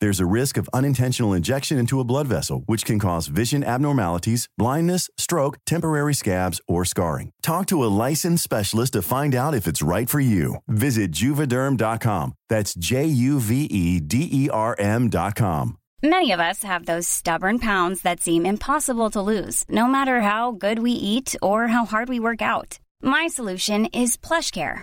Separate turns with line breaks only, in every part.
There's a risk of unintentional injection into a blood vessel, which can cause vision abnormalities, blindness, stroke, temporary scabs, or scarring. Talk to a licensed specialist to find out if it's right for you. Visit juvederm.com. That's J U V E D E R M.com.
Many of us have those stubborn pounds that seem impossible to lose, no matter how good we eat or how hard we work out. My solution is PlushCare.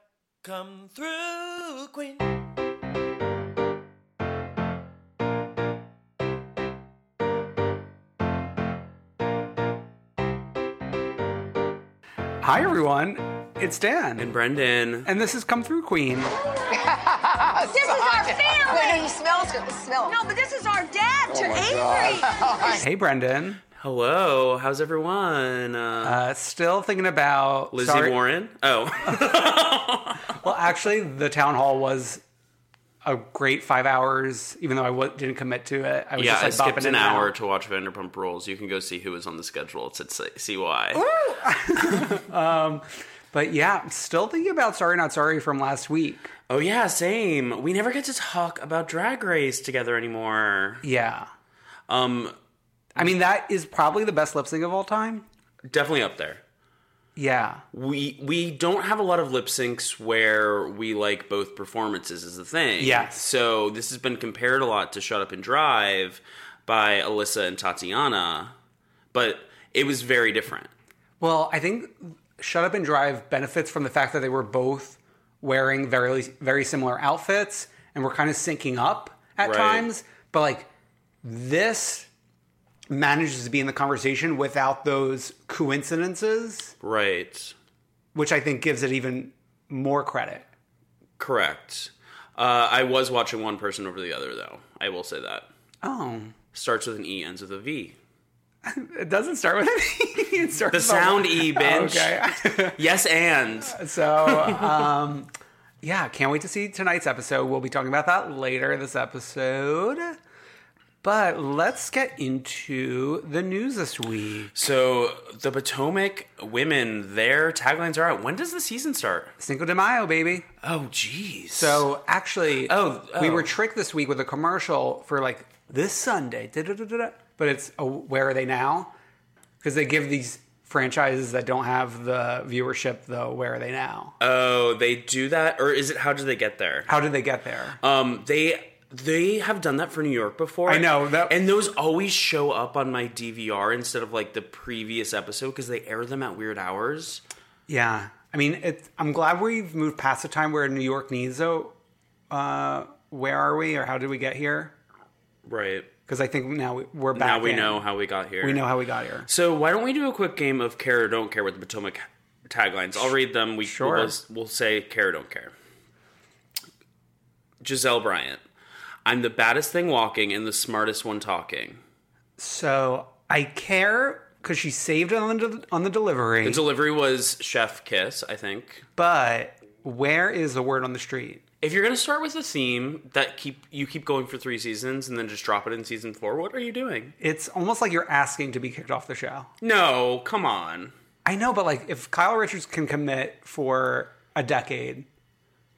Come through, Queen.
Hi, everyone. It's Dan.
And
And,
Brendan.
this is Come Through Queen.
This is our family.
Wait, no, you smell it. Smell.
No, but this is our dad to Avery. Oh,
Hey, Brendan.
Hello, how's everyone? Uh,
Uh, still thinking about
Lizzie
sorry-
Warren? Oh.
Well, actually, the town hall was a great five hours, even though I w- didn't commit to it. I was
yeah, I
just like bopping
skipped an
in and out.
hour to watch Vanderpump Rules. You can go see who was on the schedule. It's at C- CY.
But yeah, still thinking about Sorry Not Sorry from last week.
Oh, yeah, same. We never get to talk about Drag Race together anymore.
Yeah.
Um,
I mean, that is probably the best lip sync of all time.
definitely up there.
Yeah.
We we don't have a lot of lip syncs where we like both performances is the thing.
Yeah.
So this has been compared a lot to Shut Up and Drive by Alyssa and Tatiana, but it was very different.
Well, I think Shut Up and Drive benefits from the fact that they were both wearing very very similar outfits and were kind of syncing up at
Right.
times, but like this manages to be in the conversation without those coincidences,
Right.
which I think gives it even more credit.
Correct. Uh, I was watching one person over the other though. I will say that.
Oh,
Starts with an E, ends with a V.
it doesn't start with an E. It starts
The
with a-
sound E, bitch.
Okay.
Yes and
So, um, yeah, can't wait to see tonight's episode. We'll be talking about that later this episode. But let's get into the news this week.
so the Potomac women, their taglines are out. When does the season start?
Cinco de Mayo, baby.
Oh geez.
So, actually,
Oh,
we
oh.
were tricked this week with a commercial for like this Sunday. da-da-da-da-da. But it's a, where are they now? Because they give these franchises that don't have the viewership the where are they now?
Oh, they do that, or is it? How do they get there?
How did they get there?
Um, they they have done that for New York before.
I know, that-
and those always show up on my DVR instead of like the previous episode because they air them at weird hours.
Yeah, I mean, it, I'm glad we've moved past the time where New York needs a. Uh, where are we, or how did we get here?
Right
Because I think now we- we're back.
now, we
in.
know how we got here.
we know how we got here.
So why don't we do a quick game of care or don't care with the Potomac taglines? I'll read them. We
Sure.
We'll, we'll say care or don't care. Giselle Bryant. I'm the baddest thing walking and the smartest one talking.
So I care because she saved it on the, on the delivery.
The delivery was Chef Kiss, I think.
but where is the word on the street?
If you're gonna start with a theme that keep you keep going for three seasons and then just drop it in season four, what are you doing?
It's almost like you're asking to be kicked off the show.
No, come on.
I know, but like if Kyle Richards can commit for a decade,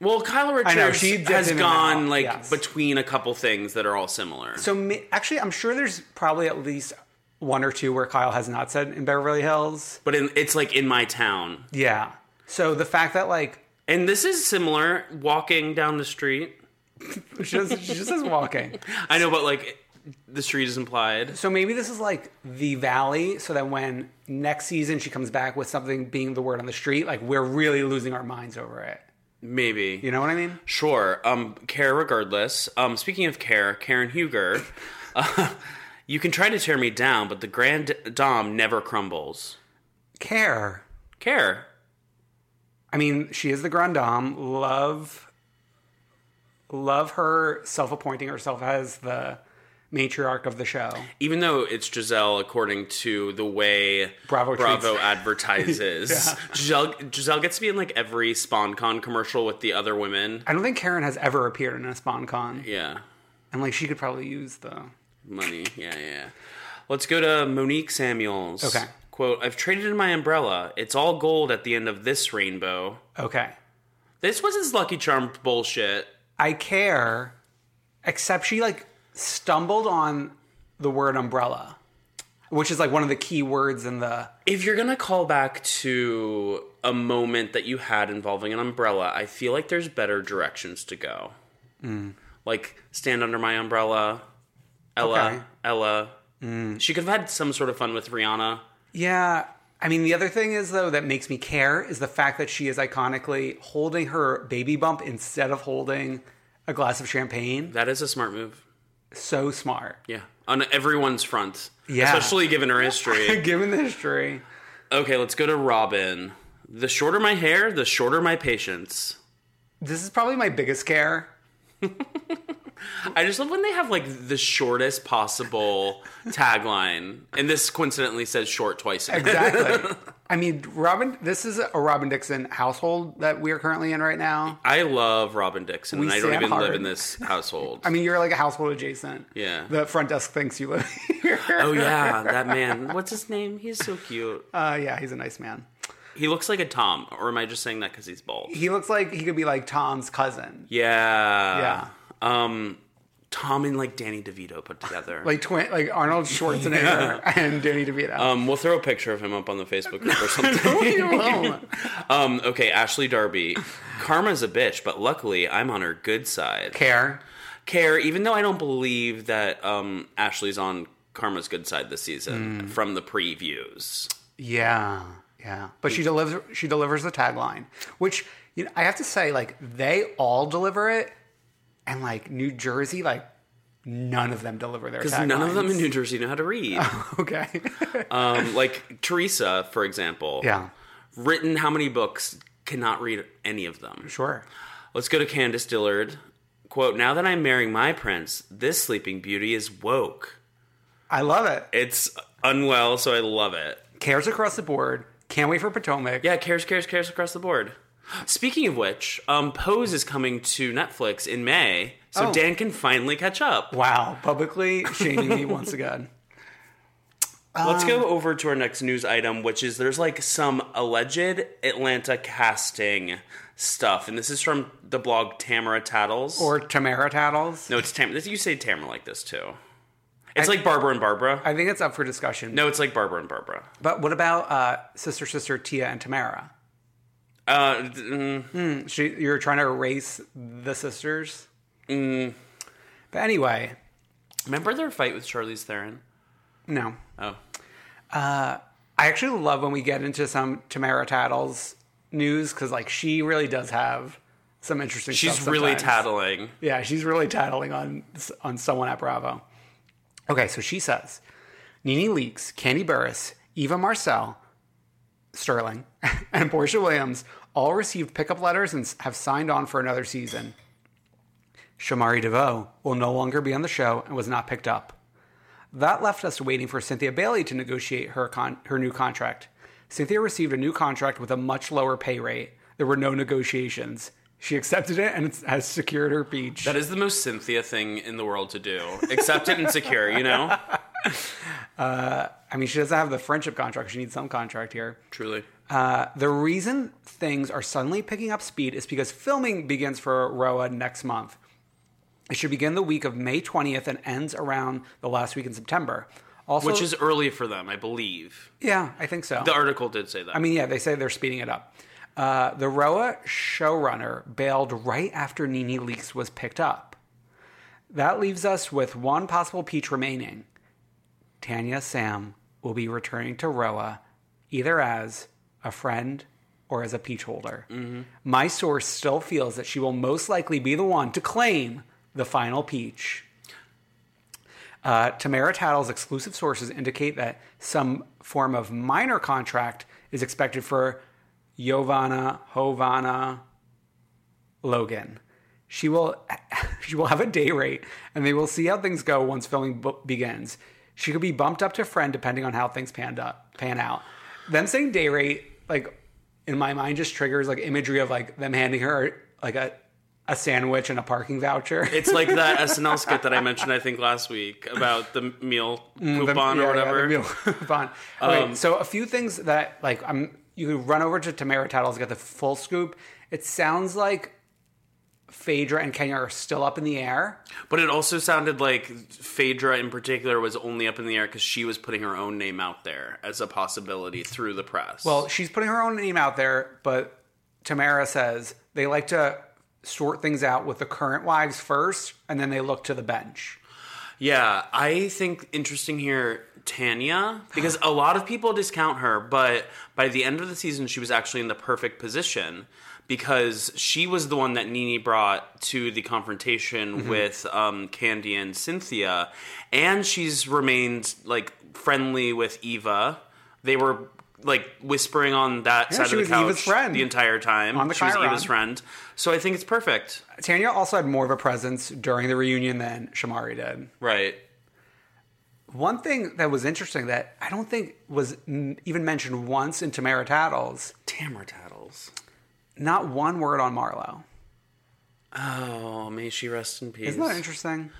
Well, Kyla Richards
know, she dipped
has
in and
gone
out,
like
yes.
between a couple things that are all similar.
so ma- actually, I'm sure there's probably at least one or two where Kyle has not said in Beverly Hills.
but in, it's like in my town,
Yeah. So the fact that like
and this is similar. Walking down the street,
she just, she just is walking.
I know, but like the street is implied.
So maybe this is like the valley, so that when next season she comes back with something being the word on the street, like we're really losing our minds over it.
Maybe
You know what I mean?
Sure. Um, care regardless. Um, speaking of care, Karen Huger, uh, you can try to tear me down, but the grand dom never crumbles.
Care.
Care.
I mean, she is the grand dame. Love, love her self-appointing herself as the matriarch of the show.
Even though it's Giselle, according to the way
Bravo treats-
advertises, Giselle, Giselle gets to be in like every SpawnCon commercial with the other women.
I don't think Karen has ever appeared in a SpawnCon,
Yeah,
and like she could probably use the.
money. Yeah, yeah. Let's go to Monique Samuels.
Okay.
Quote: I've traded in my umbrella. It's all gold at the end of this rainbow.
Okay,
This was his Lucky Charm bullshit.
I care, except she like stumbled on the word umbrella, which is like one of the key words in the.
If you're gonna call back to a moment that you had involving an umbrella, I feel like there's better directions to go.
Mm.
Like stand under my umbrella, Ella,
Okay. Mm.
Ella. She could have had some sort of fun with Rihanna.
Yeah. I mean, the other thing is, though, that makes me care is the fact that she is iconically holding her baby bump instead of holding a glass of champagne.
That is a smart move.
So smart.
Yeah, on everyone's front.
Yeah.
especially given her history.
Given the history.
okay, let's go to Robin. The shorter my hair, the shorter my patience.
This is probably my biggest care.
I just love when they have like the shortest possible tagline, and this coincidentally says short twice.
Exactly. I mean, Robin, this is a Robin Dixon household that we are currently in right now.
I love Robin Dixon,
We
and I don't
stand
even live
hard.
in this household.
I mean, you're like a household adjacent.
Yeah.
The front desk thinks you live here.
oh yeah, that man. What's his name? He's so cute.
Uh, yeah, he's a nice man.
He looks like a Tom, or am I just saying that because he's bald?
He looks like he could be like Tom's cousin.
Yeah.
Yeah.
Um, Tom and like Danny DeVito put together.
Like twin, like Arnold Schwarzenegger and Danny DeVito.
um, we'll throw a picture of him up on the Facebook group or something.
You won't.
um, okay, Ashley Darby. Karma's a bitch, but luckily I'm on her good side.
care.
care, even though I don't believe that um, Ashley's on Karma's good side this season
Hmm.
from the previews.
Yeah, yeah. But she delivers. She delivers the tagline, which you know, I have to say, like they all deliver it, and like New Jersey, like none of them deliver their
Because
tagline.
none of them in New Jersey know how to read.
okay.
um, like Teresa, for example.
yeah.
Written how many books cannot read any of them.
Sure.
Let's go to Candace Dillard. Quote, now that I'm marrying my prince, this sleeping beauty is woke.
I love it.
It's unwell, so I love it.
Cares across the board. Can't wait for Potomac.
Yeah, cares, cares, cares across the board. Speaking of which, um, Pose is coming to Netflix in May, so
Oh.
Dan can finally catch up.
Wow. Publicly shaming me once again.
Let's
Um,
go over to our next news item, which is there's like some alleged Atlanta casting stuff, and this is from the blog Tamara Tattles.
Or Tamara Tattles.
no, it's Tamara. You say Tamara like this too. It's like Barbara and Barbara.
I think it's up for discussion.
no, it's like Barbara and Barbara.
But what about uh, sister, sister Tia and Tamara?
Uh, th- mm,
She, you're trying to erase the sisters. But anyway,
remember their fight with Charlize Theron?
no. Uh,
Oh,
I actually love when we get into some Tamara Tattles news because like she really does have some interesting.
she's
stuff
really
sometimes.
tattling.
Yeah, she's really tattling on on someone at Bravo. Okay, so she says, Nene Leakes, Candy Burris, Eva Marcel, Sterling, and Portia Williams all received pickup letters and s- have signed on for another season. Shamari DeVoe will no longer be on the show and was not picked up. That left us waiting for Cynthia Bailey to negotiate her, con- her new contract. Cynthia received a new contract with a much lower pay rate. There were no negotiations. She accepted it and it's, has secured her beach.
That is the most Cynthia thing in the world to do. Accept it and secure, you know?
I mean, she doesn't have the friendship contract. She needs some contract here.
Truly.
Um, The reason things are suddenly picking up speed is because filming begins for Roa next month. It should begin the week of May 20th and ends around the last week in September. Also,
Which is early for them, I believe.
yeah, I think so.
The article did say that.
I mean, yeah, they say they're speeding it up. Uh, the Roa showrunner bailed right after Nini Leaks was picked up. That leaves us with one possible peach remaining. Tanya Sam will be returning to Roa either as a friend or as a peach holder. My source still feels that she will most likely be the one to claim the final peach. Uh, Tamara Tattle's exclusive sources indicate that some form of minor contract is expected for Yovana Hovana Logan. She will she will have a day rate, and they will see how things go once filming b- begins. She could be bumped up to friend depending on how things pan up, pan out. Them saying day rate, like in my mind, just triggers like imagery of like them handing her like a a sandwich and a parking voucher.
it's like that SNL skit that I mentioned, I think, last week about the meal coupon or
Yeah, yeah,
whatever.
Mm,
Um,
the meal coupon. Okay, so a few things that like I'm you can run over to Tamara Tattles get the full scoop. It sounds like Phaedra and Kenya are still up in the air.
But it also sounded like Phaedra in particular was only up in the air because she was putting her own name out there as a possibility through the press.
Well, she's putting her own name out there, but Tamara says they like to sort things out with the current wives first, and then they look to the bench.
yeah, I think interesting here, Tanya, because a lot of people discount her, but by the end of the season, she was actually in the perfect position because she was the one that Nini brought to the confrontation
Mm-hmm.
with um, Candy and Cynthia, and she's remained like friendly with Eva. They were like whispering on that
Yeah,
side
she
of the
was
couch
Eva's friend.
the entire time.
On the
she was
Chiron.
Eva's friend, so I think it's perfect,
Tanya also had more of a presence during the reunion than Shamari did.
right?
One thing that was interesting that I don't think was n- even mentioned once in Tamara Tattles,
Tamara tattles.
not one word on Marlowe.
Oh, may she rest in peace.
Isn't that interesting?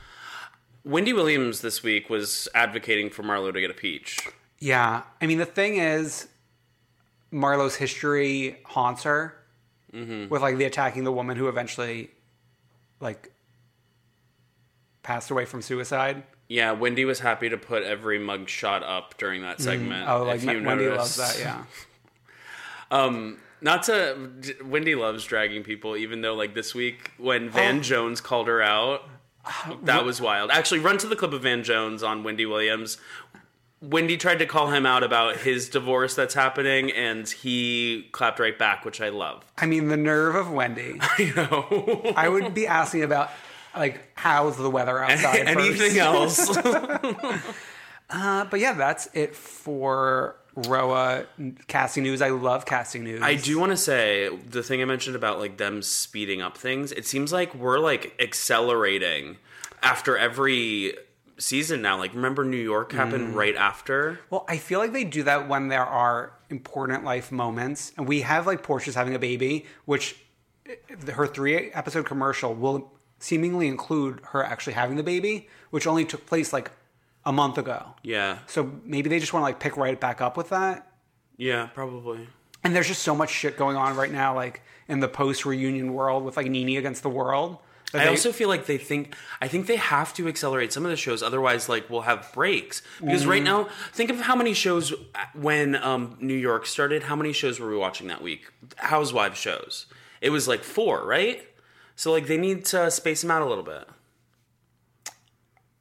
Wendy Williams this week was advocating for Marlowe to get a peach.
Yeah. I mean, the thing is, Marlowe's history haunts her
Mm-hmm.
with like the attacking the woman who eventually like passed away from suicide.
Yeah, Wendy was happy to put every mug shot up during that segment.
Oh, like
if you
Wendy
notice.
loves that. Yeah.
Um, not to Wendy loves dragging people, even though like this week
Oh.
when Van Jones called her out,
Uh,
that was wild. Actually, run to the clip of Van Jones on Wendy Williams. Wendy tried to call him out about his divorce that's happening, and he clapped right back, which I loved.
I mean, the nerve of Wendy.
You know,
I would be asking about like how's the weather outside.
anything
first.
else?
Uh, but yeah, that's it for Roa casting news. I love casting news.
I do want to say the thing I mentioned about like them speeding up things. It seems like we're like accelerating after every season now. Like remember New York happened right after.
Well, I feel like they do that when there are important life moments, and we have like Portia's having a baby, which eh, her three episode commercial will seemingly include her actually having the baby, which only took place like a month ago.
Yeah.
So maybe they just want to like pick right back up with that.
Yeah, probably.
And there's just so much shit going on right now, like in the post reunion world with like Nini against the world. that
I
they-
also feel like they think I think they have to accelerate some of the shows otherwise like we'll have breaks because right now think of how many shows uh, when um, New York started how many shows were we watching that week housewives shows it was like 4 right so like they need to space them out a little bit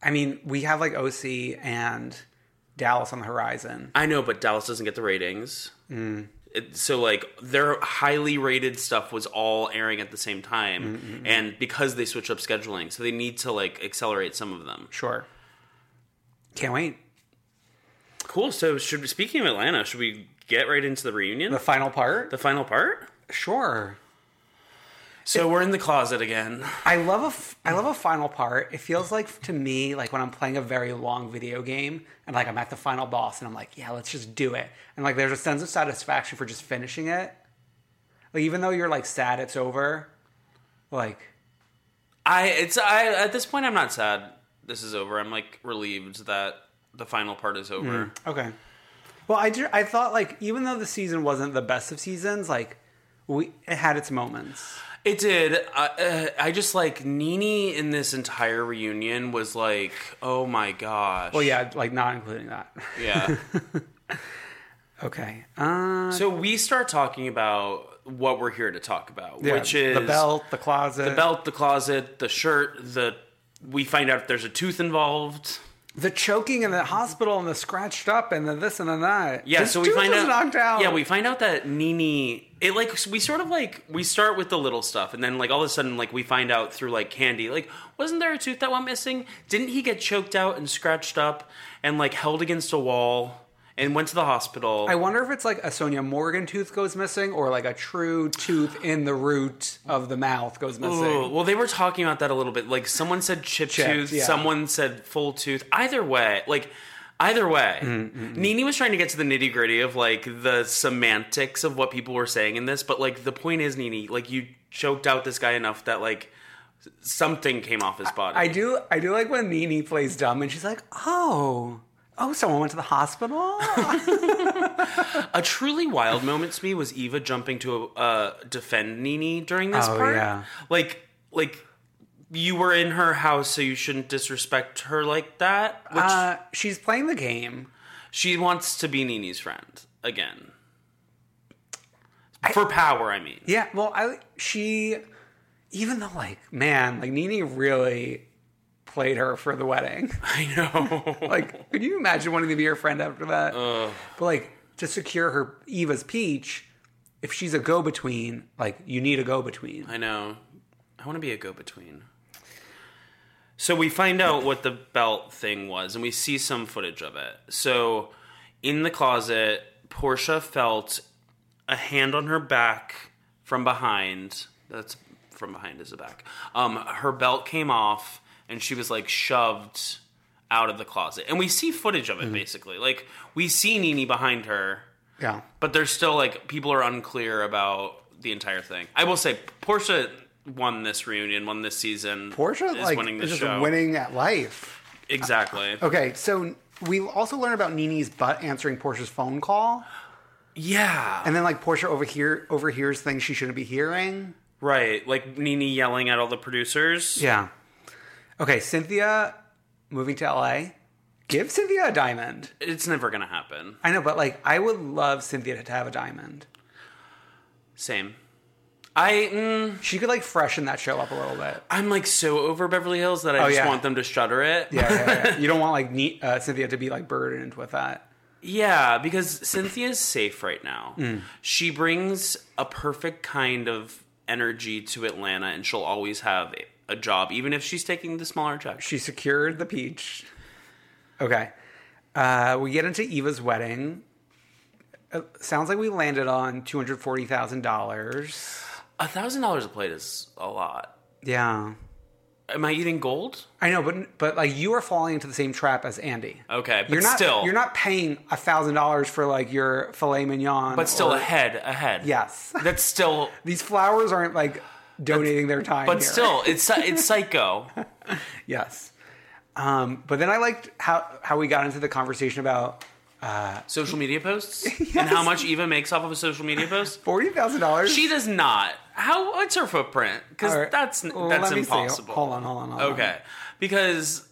I mean, we have like OC and Dallas on the horizon.
I know, but Dallas doesn't get the ratings. Mm. It, so like their highly rated stuff was all airing at the same time, and because they switch up scheduling, so they need to like accelerate some of them.
Sure. Can't wait.
Cool. So should we- speaking of Atlanta, should we get right into the reunion,
The
the,
final part?
final part?
Sure.
So we're in the closet again.
I love a f- I love a final part. It feels like to me like when I'm playing a very long video game and like I'm at the final boss and I'm like, yeah, let's just do it. And like there's a sense of satisfaction for just finishing it. Like even though you're like sad it's over, like
I it's I at this point I'm not sad this is over. I'm like relieved that the final part is over.
okay. Well, I do, I thought like even though the season wasn't the best of seasons, like we it had its moments.
It did. I, uh, I just like Nini in this entire reunion was like, oh my gosh.
Well, yeah, like not including that.
yeah.
Okay. Uh,
so we start talking about what we're here to talk about,
yeah,
which is
the belt, the closet,
the belt, the closet, the shirt, the. We find out if there's a tooth involved.
the choking in the hospital and the scratched up and the this and the that.
Yeah,
This
so we
dude
find
was
out.
knocked out.
Yeah, we find out that Nini. It like we sort of like we start with the little stuff, and then like all of a sudden like we find out through like Candy like wasn't there a tooth that went missing? Didn't he get choked out and scratched up and like held against a wall and went to the hospital?
I wonder if it's like a Sonia Morgan tooth goes missing, or like a true tooth in the root of the mouth goes missing.
Ooh, well, they were talking about that a little bit. Like someone said chip
Chipped,
tooth,
yeah.
someone said full tooth. Either way, like either way,
Mm,
Nini was trying to get to the nitty gritty of like the semantics of what people were saying in this. But like the point is, Nini, like you choked out this guy enough that like something came off his body.
I do, I do like when Nini plays dumb and she's like, "Oh, oh, someone went to the hospital."
a truly wild moment to me was Eva jumping to uh, defend Nini during this
Oh,
part.
yeah.
Like, like. You were in her house, so you shouldn't disrespect her like that. Which
uh, she's playing the game.
She wants to be Nini's friend again. For power, I mean.
Yeah, well, I she, even though like man, like Nini really played her for the wedding.
I know.
Like, could you imagine wanting to be her friend after that?
Uh.
But like to secure her Eva's peach, if she's a go between, like you need a go between.
I know. I want to be a go between. So we find out what the belt thing was, and we see some footage of it. So in the closet, Portia felt a hand on her back from behind. That's from behind is the back. Um, her belt came off, and she was like shoved out of the closet. And we see footage of it basically. Like we see Nini behind her.
Yeah.
But there's still like people are unclear about the entire thing. I will say Portia won this reunion, won this season.
Portia
is
like
winning
is
this
just
show.
winning at life.
Exactly.
Okay, so we also learn about Nini's butt answering Portia's phone call,
Yeah.
and then like Portia overhear overhears things she shouldn't be hearing.
Right. Like Nini yelling at all the producers.
Yeah. Okay, Cynthia moving to LA. Give Cynthia a diamond.
It's never gonna happen.
I know, but like I would love Cynthia to have a diamond.
Same. I mm,
She could like freshen that show up a little bit.
I'm like so over Beverly Hills that I just
Oh, yeah.
want them to shutter it.
Yeah, yeah, yeah. you don't want like ne- uh, Cynthia to be like burdened with that.
Yeah, because Cynthia's safe right now. She brings a perfect kind of energy to Atlanta, and she'll always have a- a job, even if she's taking the smaller check.
She secured the peach. Okay, uh, we get into Eva's wedding. Uh, sounds like we landed on two hundred forty thousand dollars.
A thousand dollars a plate is a lot.
Yeah,
Am I eating gold?
I know, but but like you are falling into the same trap as Andy.
Okay, but
you're not
still,
you're not paying a thousand dollars for like your filet mignon,
But still,
or-
a head, a head.
yes.
that's still.
These flowers aren't like donating their time,
But
here.
still, it's it's psycho.
yes. Um, but then I liked how how we got into the conversation about
Social media posts and how much Eva makes off of a social media post.
forty thousand dollars.
She does not. How? What's her footprint? Because
All right.
that's that's
Well, let me see.
impossible.
Hold on, hold on, hold on.
okay, because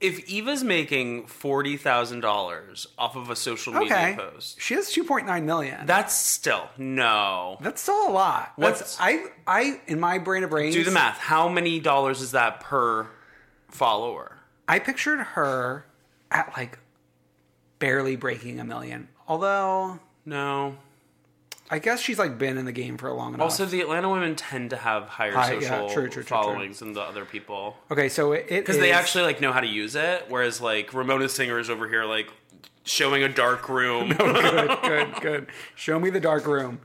if Eva's making forty thousand dollars off of a social media
okay.
post,
She has two point nine million.
that's still no.
That's still a lot.
What's-
That's, I I in my brain of brains
Do the math. How many dollars is that per follower?
I pictured her at like barely breaking a million. Although
No.
I guess she's like been in the game for long enough.
Also, the Atlanta women tend to have higher
High- yeah,
social
true, true, true, true.
followings than the other people
okay, so it
because they actually like know how to use it. Whereas like Ramona Singer is over here like showing a dark room.
good, good, good. Show me the dark room.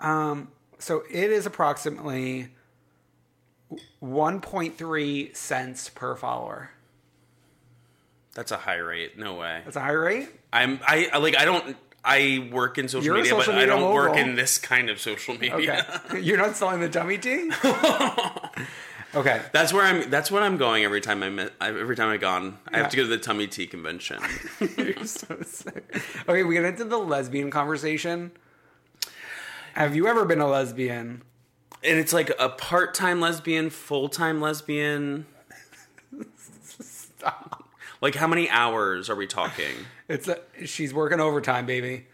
Um, so it is approximately 1.3 cents per follower.
That's a high rate. No way.
That's a high rate.
I'm I I- like I don't I work in social
You're a
media,
social
but
media
I don't work
mogul.
in this kind of social media.
Okay. You're not selling the dummy tea? okay.
That's where I'm. That's what I'm going every time I met, every time I gone. I have to go to the tummy tea convention.
You're so sick. Okay, we get into the lesbian conversation. Have you ever been a lesbian?
and it's like a part-time lesbian, full-time lesbian. Like how many hours are we talking?
It's a, she's working overtime, baby.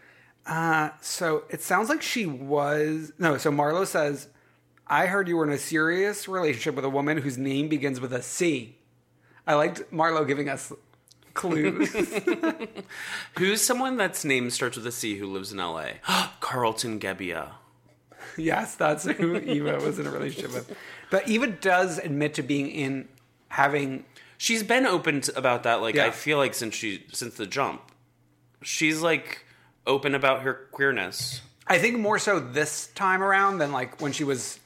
Uh, so it sounds like she was no. So Marlo says, "I heard you were in a serious relationship with a woman whose name begins with a C." I liked Marlo giving us clues.
Who's someone that's name starts with a C who lives in LA? Carlton Gebbia.
yes, that's who Eva was in a relationship with. But Eva does admit to being in having.
She's been open to, about that. Like
Yeah.
I feel like since she since the jump, she's like open about her queerness.
I think more so this time around than like when she was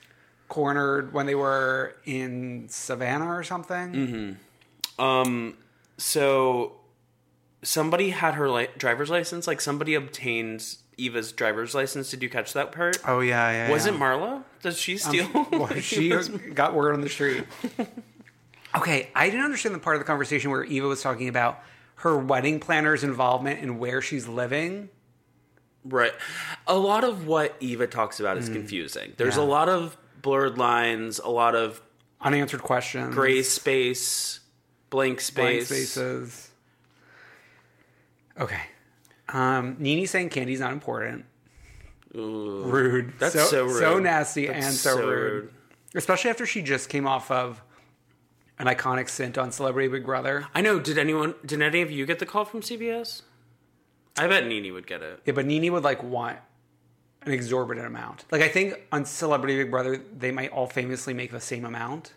cornered when they were in Savannah or something.
So somebody had her li- driver's license. Like somebody obtained Eva's driver's license. Did you catch that part?
Oh yeah, yeah. Um,
was it Marla? Does she steal?
Well, she got word on the street. Okay, I didn't understand the part of the conversation where Eva was talking about her wedding planner's involvement in where she's living.
right. A lot of what Eva talks about
Mm.
is confusing. There's a lot of blurred lines, a lot of
Unanswered questions,
gray space, blank
blank
space.
spaces. Okay, um, Nini saying candy's not important. rude.
That's so rude.
So nasty
That's
and so,
so
rude.
rude.
Especially after she just came off of an iconic stint on Celebrity Big Brother.
I know. Did anyone? Did any of you get the call from CBS? I bet Nini would get it.
Yeah, but Nini would like want an exorbitant amount. Like I think on Celebrity Big Brother, they might all famously make the same amount.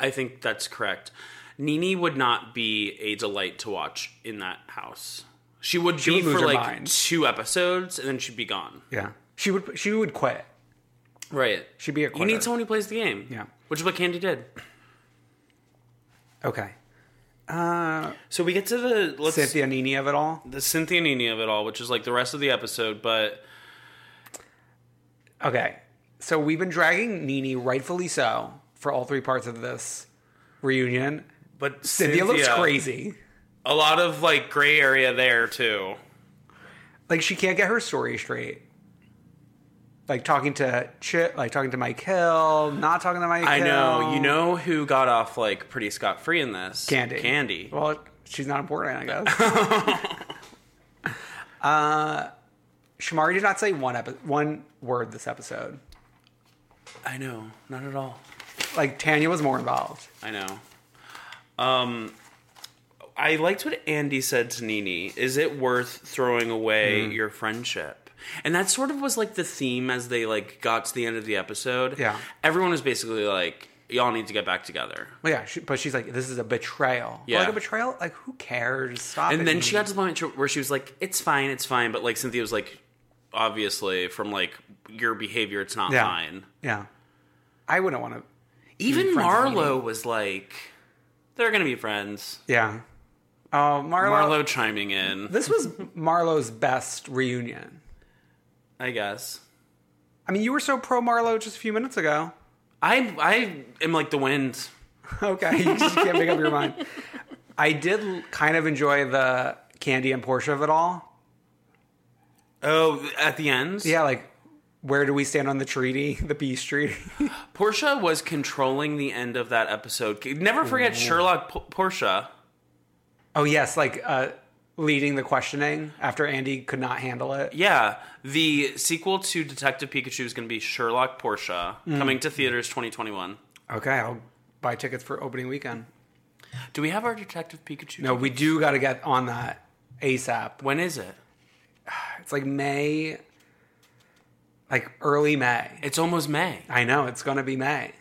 I think that's correct. Nini would not be a delight to watch in that house. She would be
would lose
for
her
like
mind.
two episodes and then she'd be gone.
Yeah, she would. She would quit.
Right.
She'd be a
You
quitter.
need someone who plays the game.
Yeah.
Which is what Candy did.
Okay,
So we get to the let's
Cynthia Nini of it all.
the Cynthia Nini of it all, which is like the rest of the episode, but
Okay, so we've been dragging Nini, rightfully so, for all three parts of this reunion.
but
Cynthia, looks crazy.
A lot of like gray area there too.
Like she can't get her story straight. Like talking to Chip, like talking to Mike Hill, not talking to Mike
I
Hill.
know. You know who got off like pretty scot free in this?
Candy.
Candy.
Well, she's not important, I guess. uh, Shamari did not say one epi- one word this episode.
I know. Not at all.
Like Tanya was more involved.
I know. Um, I liked what Andy said to Nini. Is it worth throwing away
Hmm.
your friendship? And that sort of was like the theme as they like got to the end of the episode.
Yeah.
everyone was basically like, "Y'all need to get back together."
But yeah, she, but she's like, this is a betrayal. But,
Yeah.
like a betrayal. Like who cares? Stop.
And
it,
then she
Nene.
got to the point where she was like, "It's fine, it's fine," but like Cynthia was like, "Obviously, from like your behavior, it's not
yeah.
fine."
Yeah, I wouldn't want to.
Even
friends with
Marlo was like, "They're gonna be friends."
Yeah. Oh, Marlo.
Marlo chiming in,
This was Marlo's best reunion.
I guess.
I mean, you were so pro Marlo just a few minutes ago.
I I am like the wind.
Okay, you just can't make up your mind. I did l- kind of enjoy the Candy and Portia of it all.
Oh, at the end,
Yeah, like where do we stand on the treaty, the peace treaty?
Portia was controlling the end of that episode. Never forget Sherlock P- Portia.
oh yes, like uh, leading the questioning after Andy could not handle it.
Yeah, the sequel to Detective Pikachu is going to be Sherlock Portia,
Mm.
coming to theaters 2021.
Okay, I'll buy tickets for opening weekend.
Do we have our Detective Pikachu?
No, we do got to get on that ASAP.
When is it?
It's like May, like early May.
It's almost May.
I know it's gonna be May.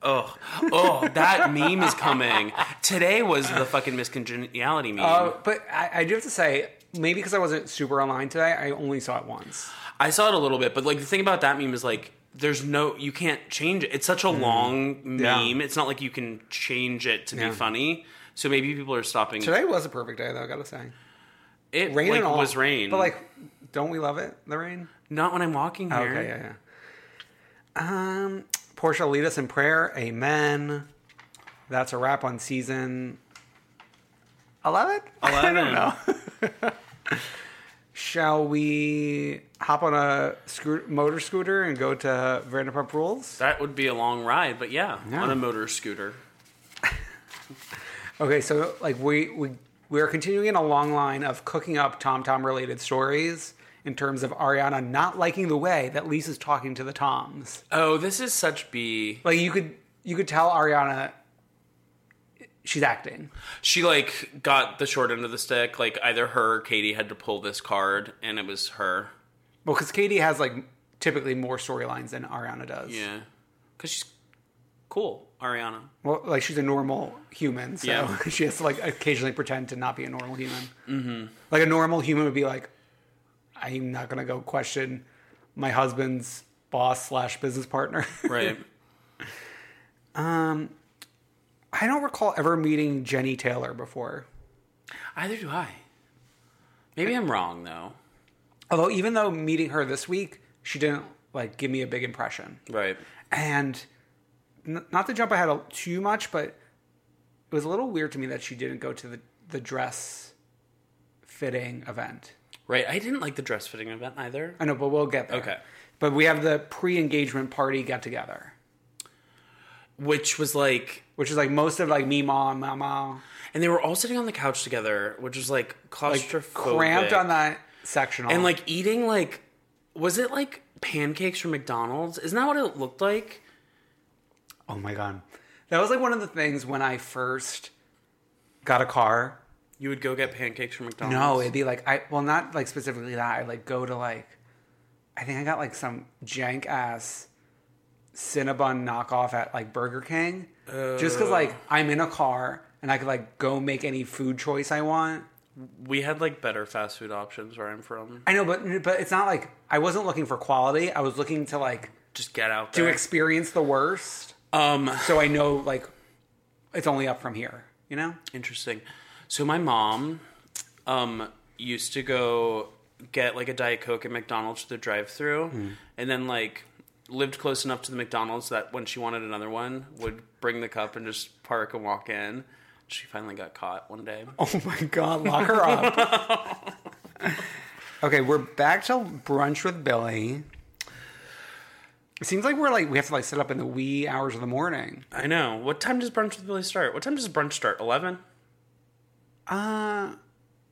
Oh, oh, that meme is coming. Today was the fucking miscongeniality meme.
Uh, but I, I do have to say, maybe because I wasn't super online today, I only saw it once.
I saw it a little bit, but like the thing about that meme is like there's no you can't change it. It's such a long
Mm-hmm. Yeah.
meme. It's not like you can change it to
Yeah.
be funny. So maybe people are stopping.
Today was a perfect day, though. I gotta say,
it
rain
like,
and all
was rain,
but like, don't we love it? The rain.
not when I'm walking here.
Okay, yeah, yeah. Um, Portia, lead us in prayer. Amen. That's a wrap on season eleven. I don't
Eleven.
know. Shall we hop on a scoo- motor scooter and go to Vanderpump Rules?
That would be a long ride, but yeah, on a motor scooter.
Okay, so like we we we are continuing in a long line of cooking up Tom Tom related stories in terms of Ariana not liking the way that Lisa's talking to the Toms.
Oh, this is such B.
Like you could you could tell Ariana she's acting.
She like got the short end of the stick. Like either her or Katie had to pull this card, and it was her.
Well, because Katie has like typically more storylines than Ariana does.
Yeah, because she's cool, Ariana.
Well, like she's a normal human, so
Yeah.
she has to like occasionally pretend to not be a normal human. Mm-hmm. Like a normal human would be like, I'm not gonna go question my husband's boss slash business partner.
Right.
I don't recall ever meeting Jenny Taylor before.
Either do I. Maybe I'm wrong though.
Although even though meeting her this week, she didn't like give me a big impression.
Right.
And n- not to jump ahead too much, but it was a little weird to me that she didn't go to the, the dress fitting event.
Right. I didn't like the dress fitting event either.
I know, but we'll get there.
Okay.
But we have the pre engagement party get together,
Which was like
which is like most of like me, mom, mama,
and they were all sitting on the couch together, which was like
like
claustrophobic.
cramped on that sectional.
and like eating like was it like pancakes from McDonald's? Isn't that what it looked like?
oh my God. That was like one of the things when I first got a car.
You would go get pancakes from McDonald's.
No, it'd be like I well not like specifically that. I like go to like I think I got like some jank ass Cinnabon knockoff at like Burger King. Just because like I'm in a car and I could like go make any food choice I want.
we had like better fast food options where I'm from.
I know, but but it's not like I wasn't looking for quality. I was looking to like
Just get out
to
there.
experience the worst.
um
So I know like it's only up from here, you know?
Interesting. So my mom um, used to go get like a diet coke at McDonald's through the drive-through,
Hmm.
and then like lived close enough to the McDonald's that when she wanted another one, would bring the cup and just park and walk in. She finally got caught one day.
Oh my god, lock her up. okay, we're back to brunch with Billy. It seems like we're like we have to like sit up in the wee hours of the morning.
I know. What time does brunch with Billy start? What time does brunch start? Eleven.
Uh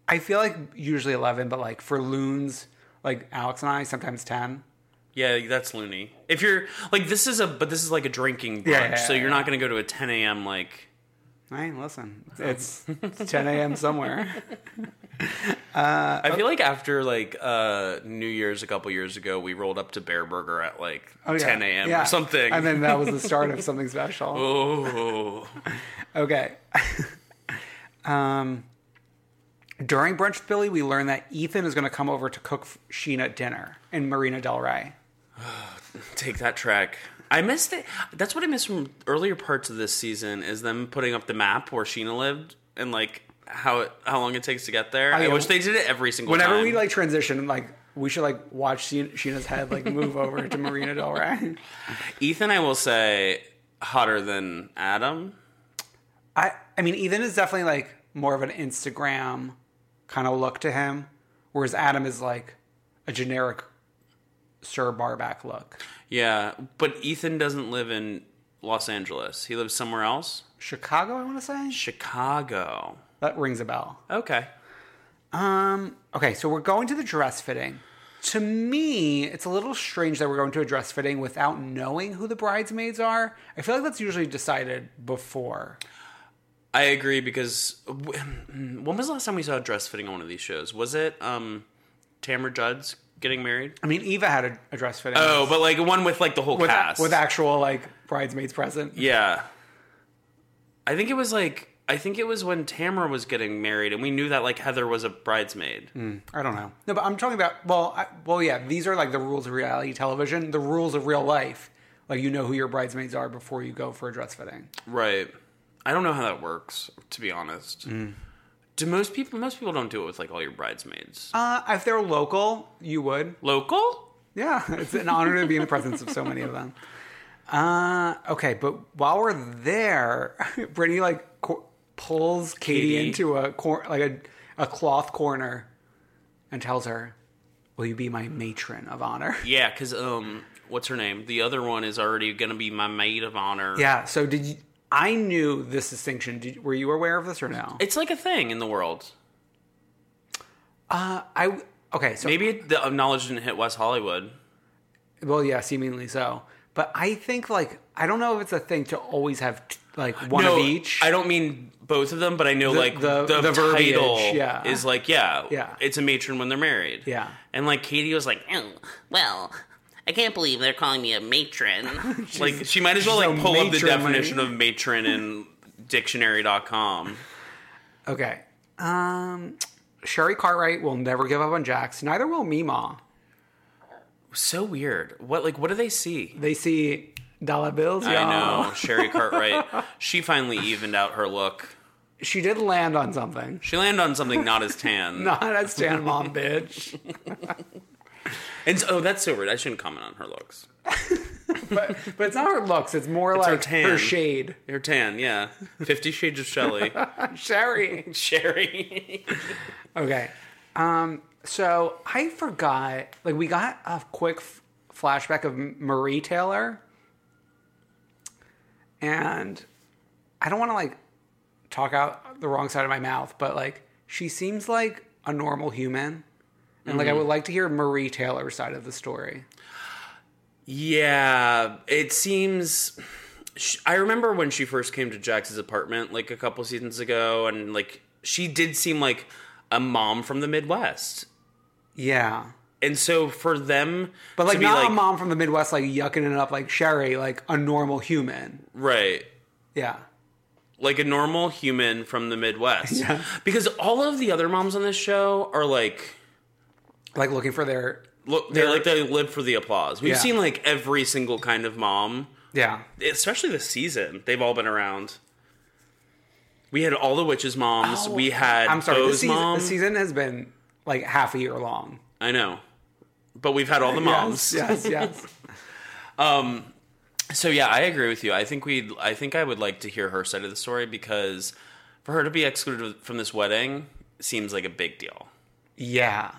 I feel like usually eleven, but like for loons, like Alex and I, sometimes ten.
Yeah, that's loony. If you're like this is a but this is like a drinking brunch,
Yeah, yeah,
so
yeah,
you're not going to go to a ten a.m. like
Hey, listen, it's ten a.m. somewhere.
I
Oh.
feel like after like uh New Year's a couple years ago, we rolled up to Bear Burger at like
Oh, yeah.
10 a.m.
Yeah.
or something.
And then that was the start of something special.
oh,
Okay. um, during brunch with Billy, we learned that Ethan is going to come over to cook f- Sheena dinner in Marina Del Rey.
take that track. I missed it. That's what I missed from earlier parts of this season is them putting up the map where Sheena lived and like how it, how long it takes to get there. I,
Oh, yeah.
wish they did it every single
Whenever
time.
we like transition, like we should like watch She- Sheena's head like move over to Marina Del Rey.
Ethan, I will say hotter than Adam.
I I mean Ethan is definitely like more of an Instagram kind of look to him, whereas Adam is like a generic Sir Barback look.
Yeah, but Ethan doesn't live in Los Angeles. He lives somewhere else.
Chicago, I want to say
Chicago.
that rings a bell.
Okay.
Um. Okay, so we're going to the dress fitting. To me, it's a little strange that we're going to a dress fitting without knowing who the bridesmaids are. I feel like that's usually decided before.
I agree because w- hmm, when was the last time we saw a dress fitting on one of these shows? Was it um Tamra Judd's getting married?
I mean, Eva had a, a dress fitting.
Oh, but like one with like the whole
with,
cast.
with actual like bridesmaids present.
yeah. I think it was like I think it was when Tamara was getting married, and we knew that like Heather was a bridesmaid.
I don't know. No, but I'm talking about well, I, well, yeah. These are like the rules of reality television, the rules of real life. Like you know who your bridesmaids are before you go for a dress fitting.
Right. I don't know how that works, to be honest.
Hmm.
Do most people? Most people don't do it with like all your bridesmaids.
Uh, if they're local, you would.
Local?
Yeah, it's an honor to be in the presence of so many of them. Uh, okay, but while we're there, Brittany like co- pulls Katie,
Katie.
into a cor- like a, a cloth corner and tells her, "Will you be my matron of honor?"
Yeah, because um, what's her name? The other one is already gonna be my maid of honor.
Yeah. So did you? I knew this distinction. Did, were you aware of this or no?
It's like a thing in the world.
I okay. So
Maybe it- the knowledge didn't hit West Hollywood.
Well, yeah, seemingly so. But I think like I don't know if it's a thing to always have t- like one
no,
of each.
I don't mean both of them, but I know
The-
like
the-
the,
the verbiage,
title
yeah.
is like yeah,
Yeah.
It's a matron when they're married.
Yeah.
and like Katie was like, "Eh."
Oh, well, I can't believe they're calling me a matron.
like she might as well
she's
like
a
pull up the
matron,
definition
lady.
of matron in dictionary.com.
Okay. Um, Sherry Cartwright will never give up on Jax. Neither will Mima.
So weird. What like what do they see?
They see dollar bills. y'all.
I know Sherry Cartwright. she finally evened out her look.
She did land on something.
She landed on something not as tan.
Not a stand mom, bitch.
And so, oh, that's so weird. I shouldn't comment on her looks.
But but it's not her looks. It's more
her
like her,
tan.
shade.
Her tan, yeah. Fifty Shades of Shelley.
Sherry.
Sherry.
Okay. Um. So I forgot. Like we got a quick f- flashback of M- Marie Taylor, and I don't want to like talk out the wrong side of my mouth, but like she seems like a normal human, and like I would like to hear Marie Taylor's side of the story.
Yeah, it seems. sh- I remember when she first came to Jax's apartment, like a couple seasons ago, and like she did seem like a mom from the Midwest.
Yeah.
And so for them,
But like
to be,
not a mom from the Midwest, like yucking it up like Sherry, like a normal human.
right?
Yeah.
Like a normal human from the Midwest, because all of the other moms on this show are like
Like looking for their
look, they're
They're-
like they live for the applause. We've
Yeah.
seen like every single kind of mom,
yeah.
especially this season. They've all been around. We had all the witches' moms. we had
Oh, I'm sorry,
Bo's
this season,
mom.
this season has been like half a year long.
I know, but we've had all the moms.
Oh, Yes, yes. yes.
So yeah, I agree with you. I think we. I think I would like to hear her side of the story because for her to be excluded from this wedding seems like a big deal.
yeah.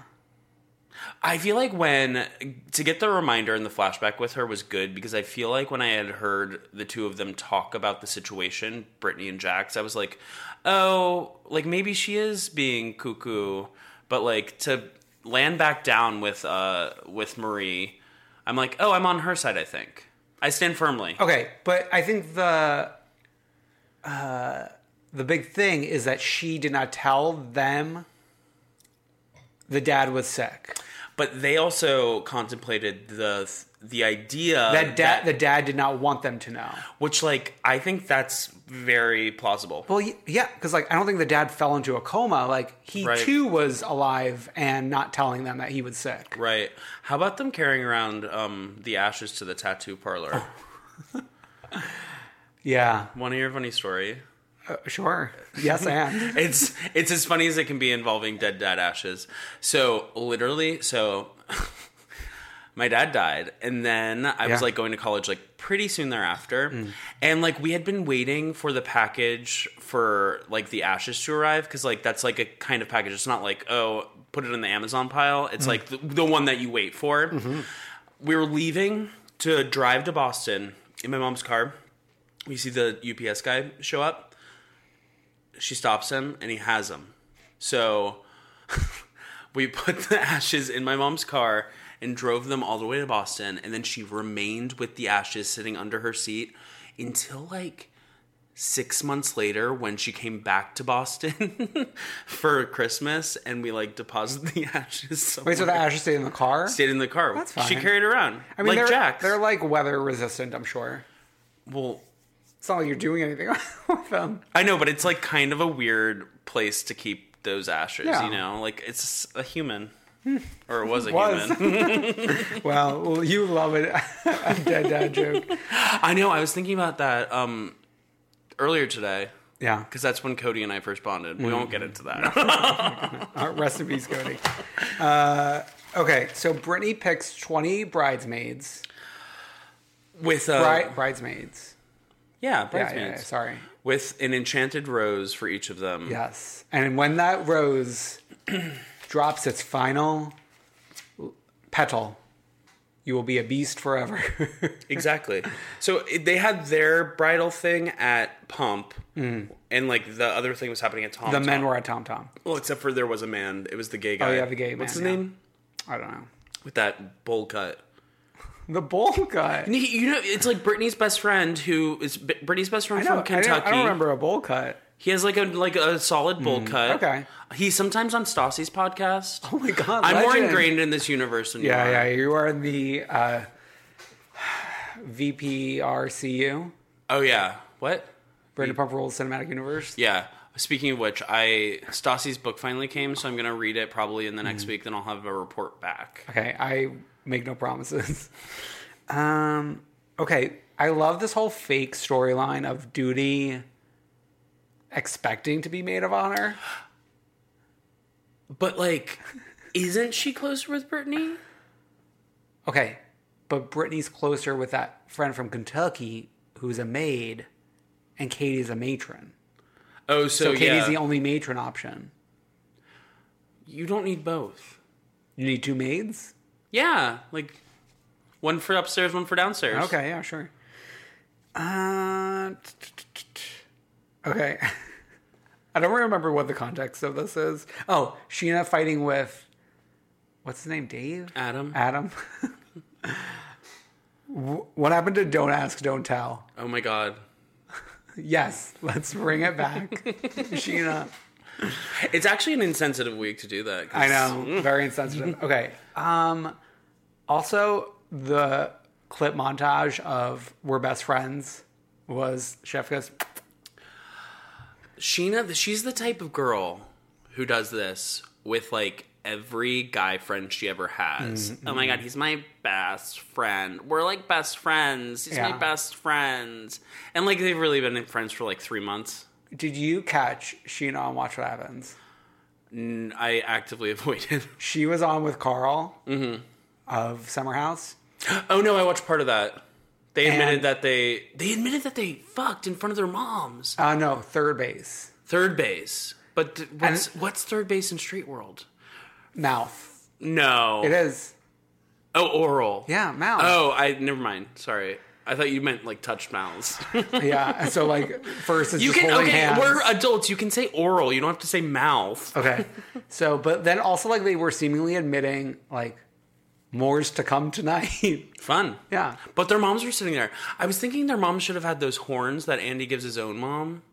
I feel like when to get the reminder in the flashback with her was good because I feel like when I had heard the two of them talk about the situation, Brittany and Jax, I was like, oh, like maybe she is being cuckoo, but like to land back down with uh with Marie, I'm like, oh, I'm on her side. I think I stand firmly.
Okay, but I think the uh, the big thing is that she did not tell them the dad was sick.
But they also contemplated the the idea
Uh, That dad, the dad did not want them to know.
which like I think that's very plausible.
Well, y- yeah, because like I don't think the dad fell into a coma. Like he
Right.
too was alive and not telling them that he was sick.
Right. How about them carrying around um, the ashes to the tattoo parlor?
Yeah, Uh,
Want to hear a funny story?
sure. Yes, and
It's it's as funny as it can be involving dead dad ashes. So literally, so my dad died, and then I was
Yeah.
like going to college like pretty soon thereafter, and like we had been waiting for the package for like the ashes to arrive because like that's like a kind of package. It's not like oh put it in the Amazon pile. It's like the, the one that you wait for. we were leaving to drive to Boston in my mom's car. We see the UPS guy show up. She stops him and he has him. So we put the ashes in my mom's car and drove them all the way to Boston. And then she remained with the ashes sitting under her seat until like six months later when she came back to Boston for Christmas and we like deposited the ashes. Somewhere.
wait. So the ashes stayed in the car.
Stayed in the car.
That's
She
fine.
carried around.
I mean,
like
they're
Jack.
they're like weather resistant. I'm sure.
well,
It's not like you're doing anything with them.
I know, but it's like kind of a weird place to keep those ashes,
Yeah. Hmm.
you know? Like it's a human. Or it was a
Was.
human.
Well, well, you love it. a dead dad joke.
I know, I was thinking about that um earlier today.
Yeah.
Because that's when Cody and I first bonded. We won't get into that.
Uh, rest in peace, Cody. Uh, okay, so Brittany picks 20 bridesmaids.
With uh,
Bri- bridesmaids.
yeah,
Yeah, yeah,
bridesmaids.
yeah, sorry.
With an enchanted rose for each of them.
Yes. And when that rose drops its final petal, you will be a beast forever.
Exactly. So it- they had their bridal thing at Pump, and like the other thing was happening at Tom.
Mm. the men
Tom.
were at Tom Tom.
well, except for there was a man. It was Oh, the gay guy.
yeah, the gay
What's
man,
his
yeah.
name?
I don't know.
With that bowl cut.
The bull cut.
And he- You know, it's like Brittany's best friend, who is B- Brittany's best friend
I know.
from Kentucky.
I, don't, I don't remember a bowl cut.
He has like a like a solid bowl cut.
okay.
He's sometimes on Stassi's podcast.
Oh my God,
I'm more
legend.
ingrained in this universe than
Yeah,
you
yeah.
are.
You are in the uh, VPRCU,
Oh yeah. What?
Brandon Pump Rules Cinematic Universe.
Yeah. Speaking of which, I Stassi's book finally came, so I'm gonna read it probably in the next week. Then I'll have a report back.
Okay, I make no promises. um, okay, I love this whole fake storyline of duty expecting to be maid of honor.
But like, isn't she closer with Brittany?
Okay, but Brittany's closer with that friend from Kentucky who's a maid, and Katie's a matron.
Oh, so,
So Katie's
yeah.
the only matron option.
you don't need both.
You need two maids.
Yeah, like one for upstairs, one for downstairs.
Okay, yeah, sure. Uh, t- t- t- t- okay. I don't remember what the context of this is. Oh, Sheena fighting with what's his name, Dave?
Adam.
Adam. Wh- what happened to Don't Ask, Don't Tell?
Oh my God.
Yes, let's bring it back, Sheena.
It's actually an insensitive week to do that. 'cause
I know, very
Mm-hmm.
insensitive. Okay. Um, also, the clip montage of "We're Best Friends" was Chef goes.
Sheena, she's the type of girl who does this with like every guy friend she ever has.
Mm-hmm,
Oh my God, he's my best friend. We're like best friends. He's
Yeah.
my best friend. And like, they've really been friends for like three months.
Did you catch Sheena on Watch What Happens?
And I actively avoided.
She was on with Carl
Mm-hmm.
of Summer House.
Oh no, I watched part of that. They admitted
And-
that they they admitted that they fucked in front of their moms.
Uh, no, third base.
Third base, but th- what's what's third base in Street World?
Mouth.
No,
It is.
oh oral.
Yeah, mouth.
Oh, I never mind. Sorry, I thought you meant like touched mouths.
Yeah. And so, like, first is
you
just
can
holding
okay.
hands.
We're adults. You can say oral. You don't have to say mouth.
okay. So, but then also, like, they were seemingly admitting, like, more's to come tonight.
Fun.
yeah.
But their moms were sitting there. I was thinking their moms should have had those horns that Andy gives his own mom.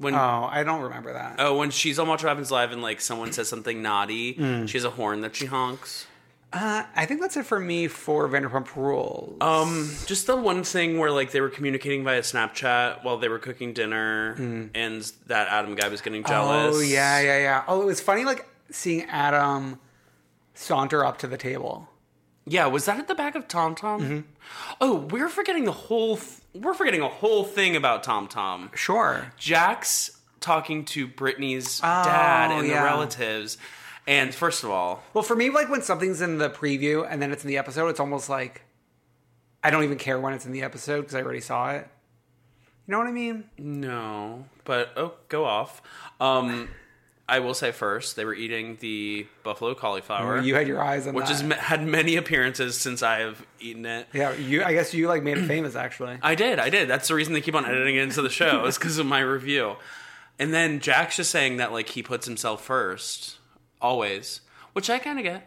When
Oh, I don't remember that.
Oh, when she's on Watch What Happens Live and like someone says something naughty, she has a horn that she honks.
Uh, I think that's it for me for Vanderpump Rules.
Um, just the one thing where like they were communicating via Snapchat while they were cooking dinner, and that Adam guy was getting jealous.
Mm. Oh yeah, yeah, yeah. Oh, it was funny like seeing Adam saunter up to the table.
yeah. Was that at the back of Tom Tom?
Mm-hmm.
Oh, we're forgetting the whole. Th- we're forgetting a whole thing about Tom Tom.
Sure.
Jack's talking to Brittany's dad and
Oh, yeah.
the relatives, and first of all,
Well, for me, like when something's in the preview and then it's in the episode, it's almost like I don't even care when it's in the episode because I already saw it. You know what I mean?
No, but oh, go off. Um, I will say first, they were eating the buffalo cauliflower,
You had your eyes on
which
that.
has ma- had many appearances since I have eaten it.
yeah, you. I guess you like made it famous actually.
I did, I did. That's the reason they keep on editing it into the show is because of my review. And then Jack's just saying that like he puts himself first always, which I kind of get.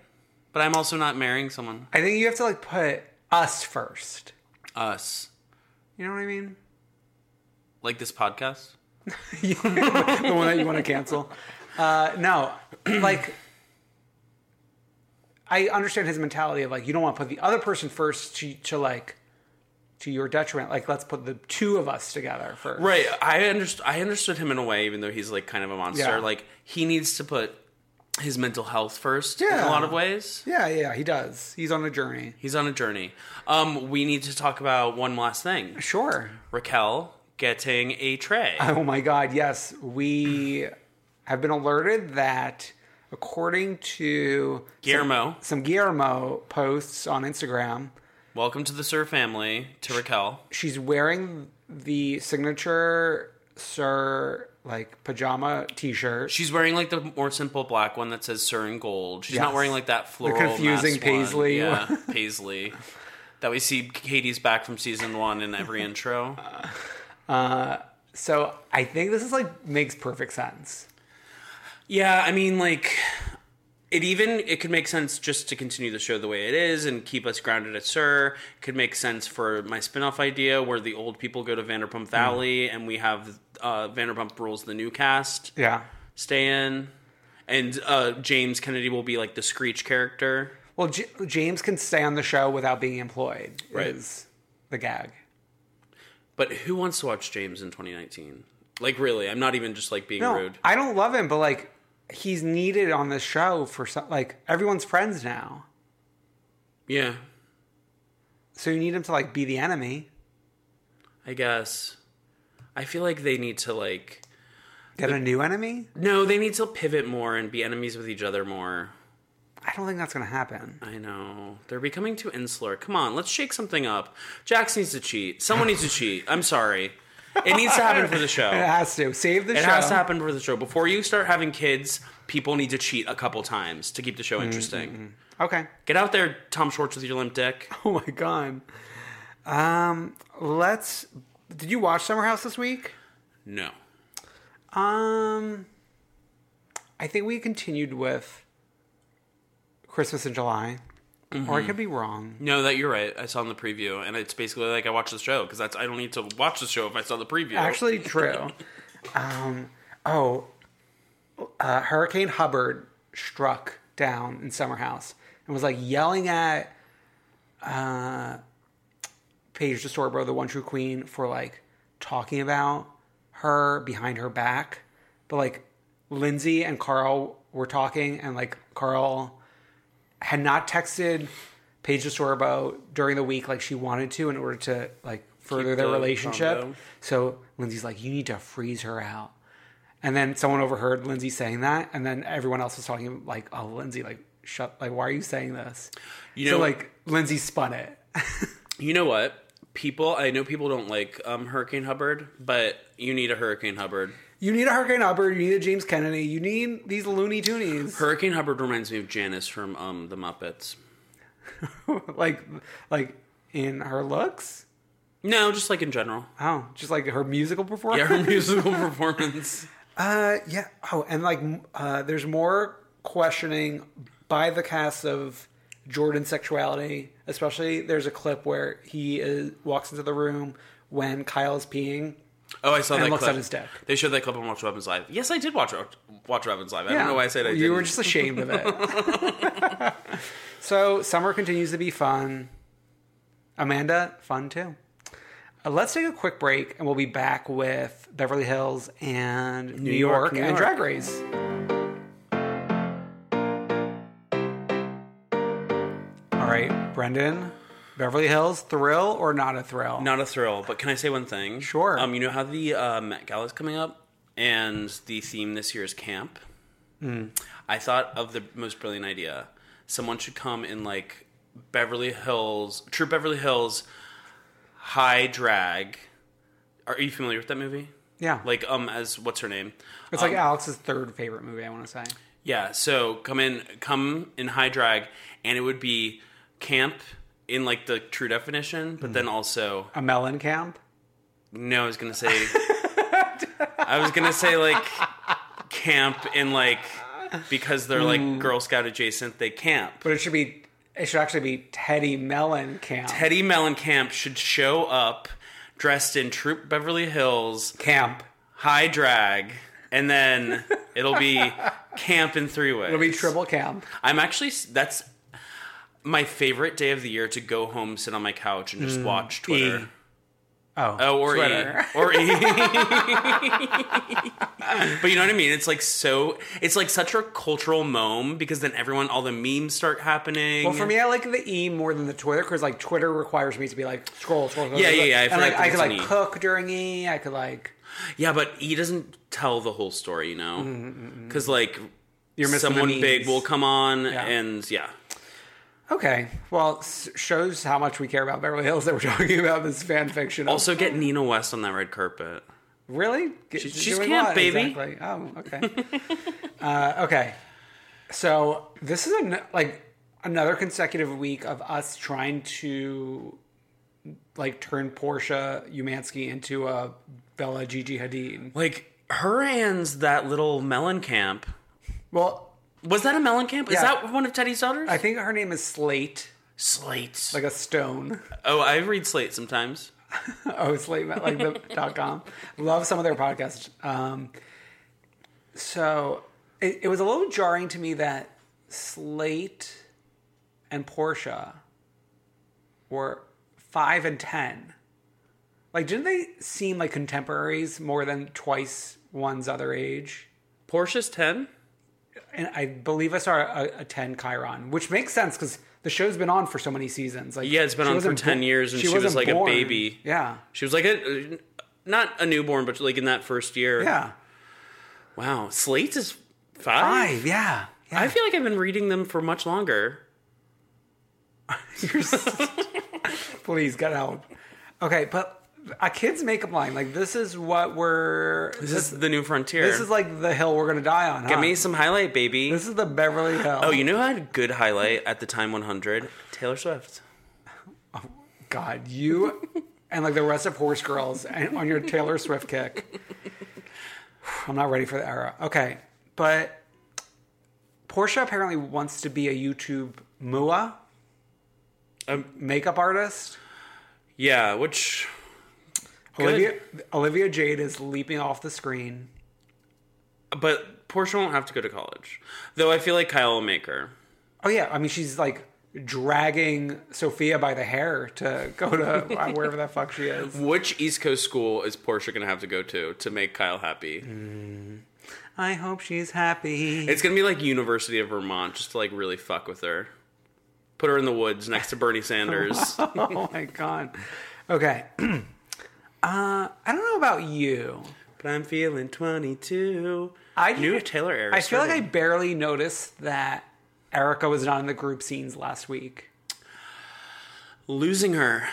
But I'm also not marrying someone.
I think you have to like put us first.
Us,
You know what I mean?
like this podcast.
the one that you want to cancel. Uh, no, like I understand his mentality of like you don't want to put the other person first to to like to your detriment. Like, let's put the two of us together first.
Right. I underst- I understood him in a way, even though he's like kind of a monster.
Yeah.
Like he needs to put his mental health first in
Yeah.
a lot of ways.
Yeah, yeah, he does. He's on a journey.
He's on a journey. Um, we need to talk about one last thing.
Sure.
Raquel getting a tray.
Oh my God, yes. We have been alerted that according to
Guillermo,
some Guillermo posts on Instagram,
welcome to the Sir family. To Raquel,
she's wearing the signature Sir like pajama t shirt.
she's wearing like the more simple black one that says Sir in gold. She's not
Yes.
wearing like that floral
confusing
mask one.
paisley
Yeah, paisley. That we see Katie's back from season one in every intro.
So I think this is like makes perfect sense.
Yeah, I mean, like, it even it could make sense just to continue the show the way it is and keep us grounded at Sir. It could make sense for my spin-off idea where the old people go to Vanderpump Valley and we have uh, Vanderpump Rules the new cast
Yeah.
stay in, and uh, James Kennedy will be like the Screech character.
Well, J- James can stay on the show without being employed.
Right.
Is the gag.
But who wants to watch James in 2019? Like, really? I'm not even just like being
No,
rude.
I don't love him, but like he's needed on this show for some. Like everyone's friends now,
yeah,
so you need him to like be the enemy.
I guess. I feel like they need to like
Get a new enemy?
No, they need to pivot more and be enemies with each other more.
I don't think that's gonna happen.
I know. They're becoming too insular. Come on, let's shake something up. Jax needs to cheat. Someone needs to cheat. I'm sorry. It needs to happen for the show.
It
It
has to save the show.
has to happen for the show. Before you start having kids, people need to cheat a couple times to keep the
Mm,
show interesting.
Okay.
Get out there, Tom Schwartz, with your limp dick.
Oh my god. Um, let's. Did you watch Summer House this week?
No.
Um, I think we continued with Christmas in July, or I could be wrong.
No, that you're right. I saw in the preview, and it's basically like I watched the show because that's I don't need to watch the show if I saw the preview.
Actually, true. um, oh, uh, Hurricane Hubbard struck down in Summerhouse and was like yelling at uh, Paige DeSorbo, the One True Queen, for like talking about her behind her back. But like Lindsay and Carl were talking, and like Carl had not texted Paige DeSorbo during the week like she wanted to in order to like further their
the
relationship.
combo.
So Lindsay's like, you need to freeze her out. And then someone overheard Lindsay saying that, and then everyone else was talking like, "Oh, Lindsay, like, shut, like, why are you saying this?"
You
so
know-
like, Lindsay spun it.
You know what? People, I know people don't like um, Hurricane Hubbard, but you need a Hurricane Hubbard.
You need a Hurricane Hubbard. You need a James Kennedy. You need these Looney Toonies.
Hurricane Hubbard reminds me of Janice from um, The Muppets.
like, like in her looks.
No, just like in general.
Oh, just like her musical performance.
Yeah, her musical performance.
Uh, yeah. Oh, and like, m- uh, there's more questioning by the cast of Jordan's sexuality. Especially, there's a clip where he is, walks into the room when Kyle's peeing.
Oh, I saw
And
that
looks
clip.
at his dick.
They showed that clip on Watch Weapons Live. Yes, I did watch Watch Weapons Live. I
Yeah.
don't know why I said I
you
did.
were just ashamed of it. so summer continues to be fun. Amanda, fun too. Uh, let's take a quick break, and we'll be back with Beverly Hills and New,
York,
York,
New
and
York.
Drag Race. All right, Brendan, Beverly Hills, thrill or not a thrill?
Not a thrill, but can I say one thing?
Sure.
Um, you know how the uh, Met Gala is coming up, and the theme this year is camp.
Hmm.
I thought of the most brilliant idea. Someone should come in like Beverly Hills, True Beverly Hills, high drag. Are you familiar with that movie?
Yeah, like
Like, um, as what's her name?
it's like Alex's third favorite movie. I want to say.
Yeah, so come in, come in high drag, and it would be camp in like the true definition, but then also
A melon camp.
No, I was gonna say. I was gonna say like camp in like because they're like Girl Scout adjacent. They camp.
But it should be it should actually be Teddy Mellon camp.
Teddy Mellencamp should show up dressed in Troop Beverly Hills
camp.
high drag, and then it'll be camp in three ways.
It'll be triple camp.
I'm actually that's. my favorite day of the year to go home, sit on my couch, and just watch Twitter.
E. Oh,
Oh, or
Twitter.
E. Or E. but you know what I mean? It's like so, it's like such a cultural mome because then everyone, all the memes start happening.
Well, for me, I like the E more than the Twitter because like Twitter requires me to be like scroll, scroll, scroll.
Yeah,
scroll,
yeah, yeah, I
And,
forgot
like,
that
I
it's
could
an
like
E.
cook during E. I could like
Yeah, but E doesn't tell the whole story, you
Mm,
know? Because, like,
You're missing the
someone
memes.
big will come on and, yeah.
okay. Well, s- shows how much we care about Beverly Hills that we're talking about this fan fiction. of-
Also, get Nina West on that red carpet.
really,
She's- she's camp, baby.
Exactly. Oh, okay. uh, okay. So this is an, like another consecutive week of us trying to like turn Portia Umansky into a Bella Gigi Hadid.
Like, her and that little melon camp.
Well,
Was that a melon camp? Is
Yeah.
that one of Teddy's daughters?
I think her name is Slate.
Slate.
like a stone.
oh, I read Slate sometimes.
Oh, it's late, like the dot com. Love some of their podcasts. Um, so it, it was a little jarring to me that Slate and Portia were five and ten. Like, didn't they seem like contemporaries more than twice one's other age?
Porsche's 10?
And I believe I saw a, a ten Chiron, which makes sense because the show's been on for so many seasons. Like,
Yeah, it's been
she
on for
wasn't
10 years and she was,
wasn't
like, a baby.
Yeah,
She was like a, not a newborn, but like in that first year.
yeah.
Wow. Slate is five?
Five, yeah.
I feel like I've been reading them for much longer.
Please get help. Okay, but a kid's makeup line, like this is what we're this,
This is the new frontier.
this is like the hill we're gonna die on.
Give
huh?
me some highlight, baby.
This is the Beverly Hill.
oh, you know who had a good highlight at the time 100? Taylor Swift.
God, you and like the rest of horse girls and on your Taylor Swift kick. I'm not ready for the era. Okay, but Portia apparently wants to be a YouTube Mua
Um,
makeup artist.
Yeah, which
Olivia Olivia Jade is leaping off the screen.
but Portia won't have to go to college. Though I feel like Kyle will make her.
Oh yeah, I mean she's like dragging Sophia by the hair to go to uh, wherever the fuck she is.
Which East Coast school is Portia gonna have to go to to make Kyle happy?
I hope she's happy.
It's gonna be like University of Vermont, just to like really fuck with her. Put her in the woods next to Bernie Sanders.
oh my god. Okay. uh, I don't know about you.
but I'm feeling 22.
I
New Taylor era
I feel like I
started.
barely noticed that Erica was not in the group scenes last week.
Losing her.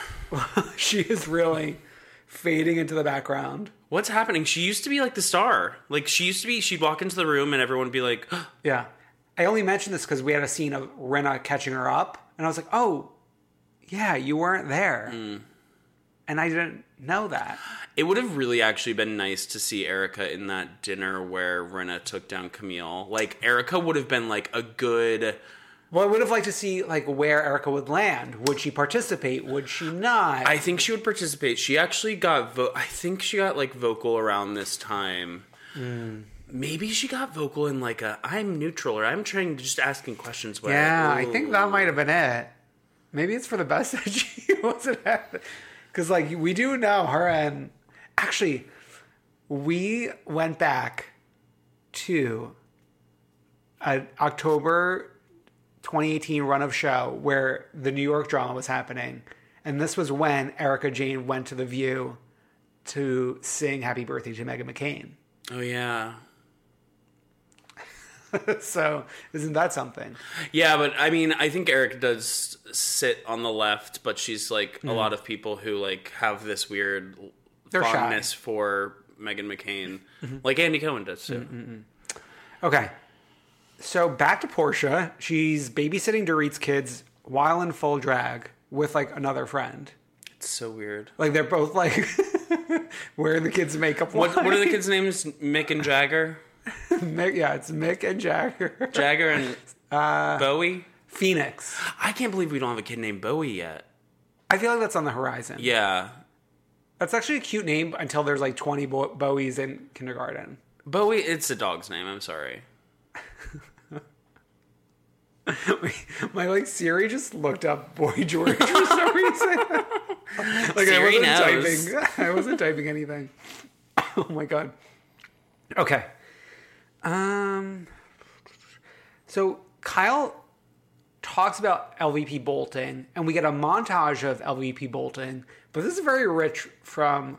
She is really fading into the background.
What's happening? She used to be like the star. Like she used to be. She'd walk into the room and everyone would be like,
Yeah. I only mentioned this because we had a scene of Rena catching her up, and I was like, oh, yeah, you weren't there. And I didn't know that.
It would have really actually been nice to see Erica in that dinner where Rena took down Camille. Like Erica would have been like a good
Well, I would have liked to see like where Erica would land. Would she participate? Would she not?
I think she would participate. She actually got vo- I think she got like vocal around this time.
Hmm.
Maybe she got vocal in like a I'm neutral or I'm trying to just asking questions way.
yeah, I think that
Ooh.
might have been it. Maybe it's for the best that she wasn't at because like we do know her and actually we went back to an October 2018 run of show where the New York drama was happening, and this was when Erica Jane went to the View to sing "Happy Birthday" to Megan McCain.
Oh yeah.
So isn't that something?
Yeah, but I mean, I think Erica does sit on the left, but she's like a lot of people who like have this weird
Hmm. They're shy. Mm-hmm.
fondness for Megan McCain, like Andy Cohen does too.
Okay. So back to Portia. She's babysitting Dorit's kids while in full drag with like another friend.
It's so weird.
Like they're both like wearing the kids' makeup.
What, what are the kids' names? Mick and Jagger,
Mick, yeah, it's Mick and Jagger.
Jagger and
Uh,
Bowie.
Phoenix.
I can't believe we don't have a kid named Bowie yet.
I feel like that's on the horizon.
Yeah,
That's actually a cute name until there's like 20 Bo- Bowies in kindergarten.
Bowie. It's a dog's name. I'm sorry.
My like Siri just looked up Boy George for some reason. like
Siri
I
knows.
wasn't typing. I wasn't typing anything. Oh my god. Okay. Um. So Kyle talks about LVP Bolton, and we get a montage of LVP Bolton. But this is very rich from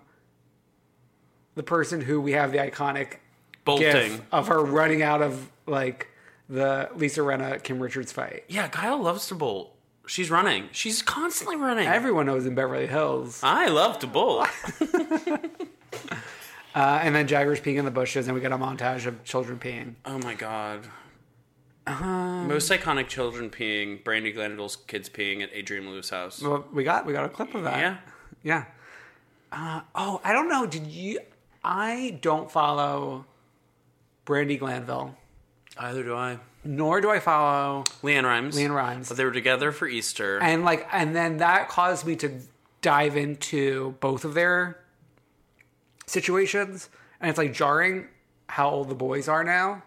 the person who we have the iconic gif
Bolting.
of her running out of like the Lisa Renna Kim Richards fight.
Yeah, Kyle loves to bolt. She's running. She's constantly running.
Everyone knows in Beverly Hills.
I love to bolt.
Uh, and then Jagger's peeing in the bushes, and we get a montage of children peeing.
oh my god. Most iconic children peeing, Brandy Glanville's kids peeing at Adrian Lewis' house.
Well, we got we got a clip of that.
Yeah.
yeah. Uh, oh, I don't know. Did you? I don't follow Brandy Glanville,
Either do I.
nor do I follow
Leanne Rhymes.
Leanne Rimes.
But they were together for Easter.
and like and then that caused me to dive into both of their situations and it's like jarring how old the boys are now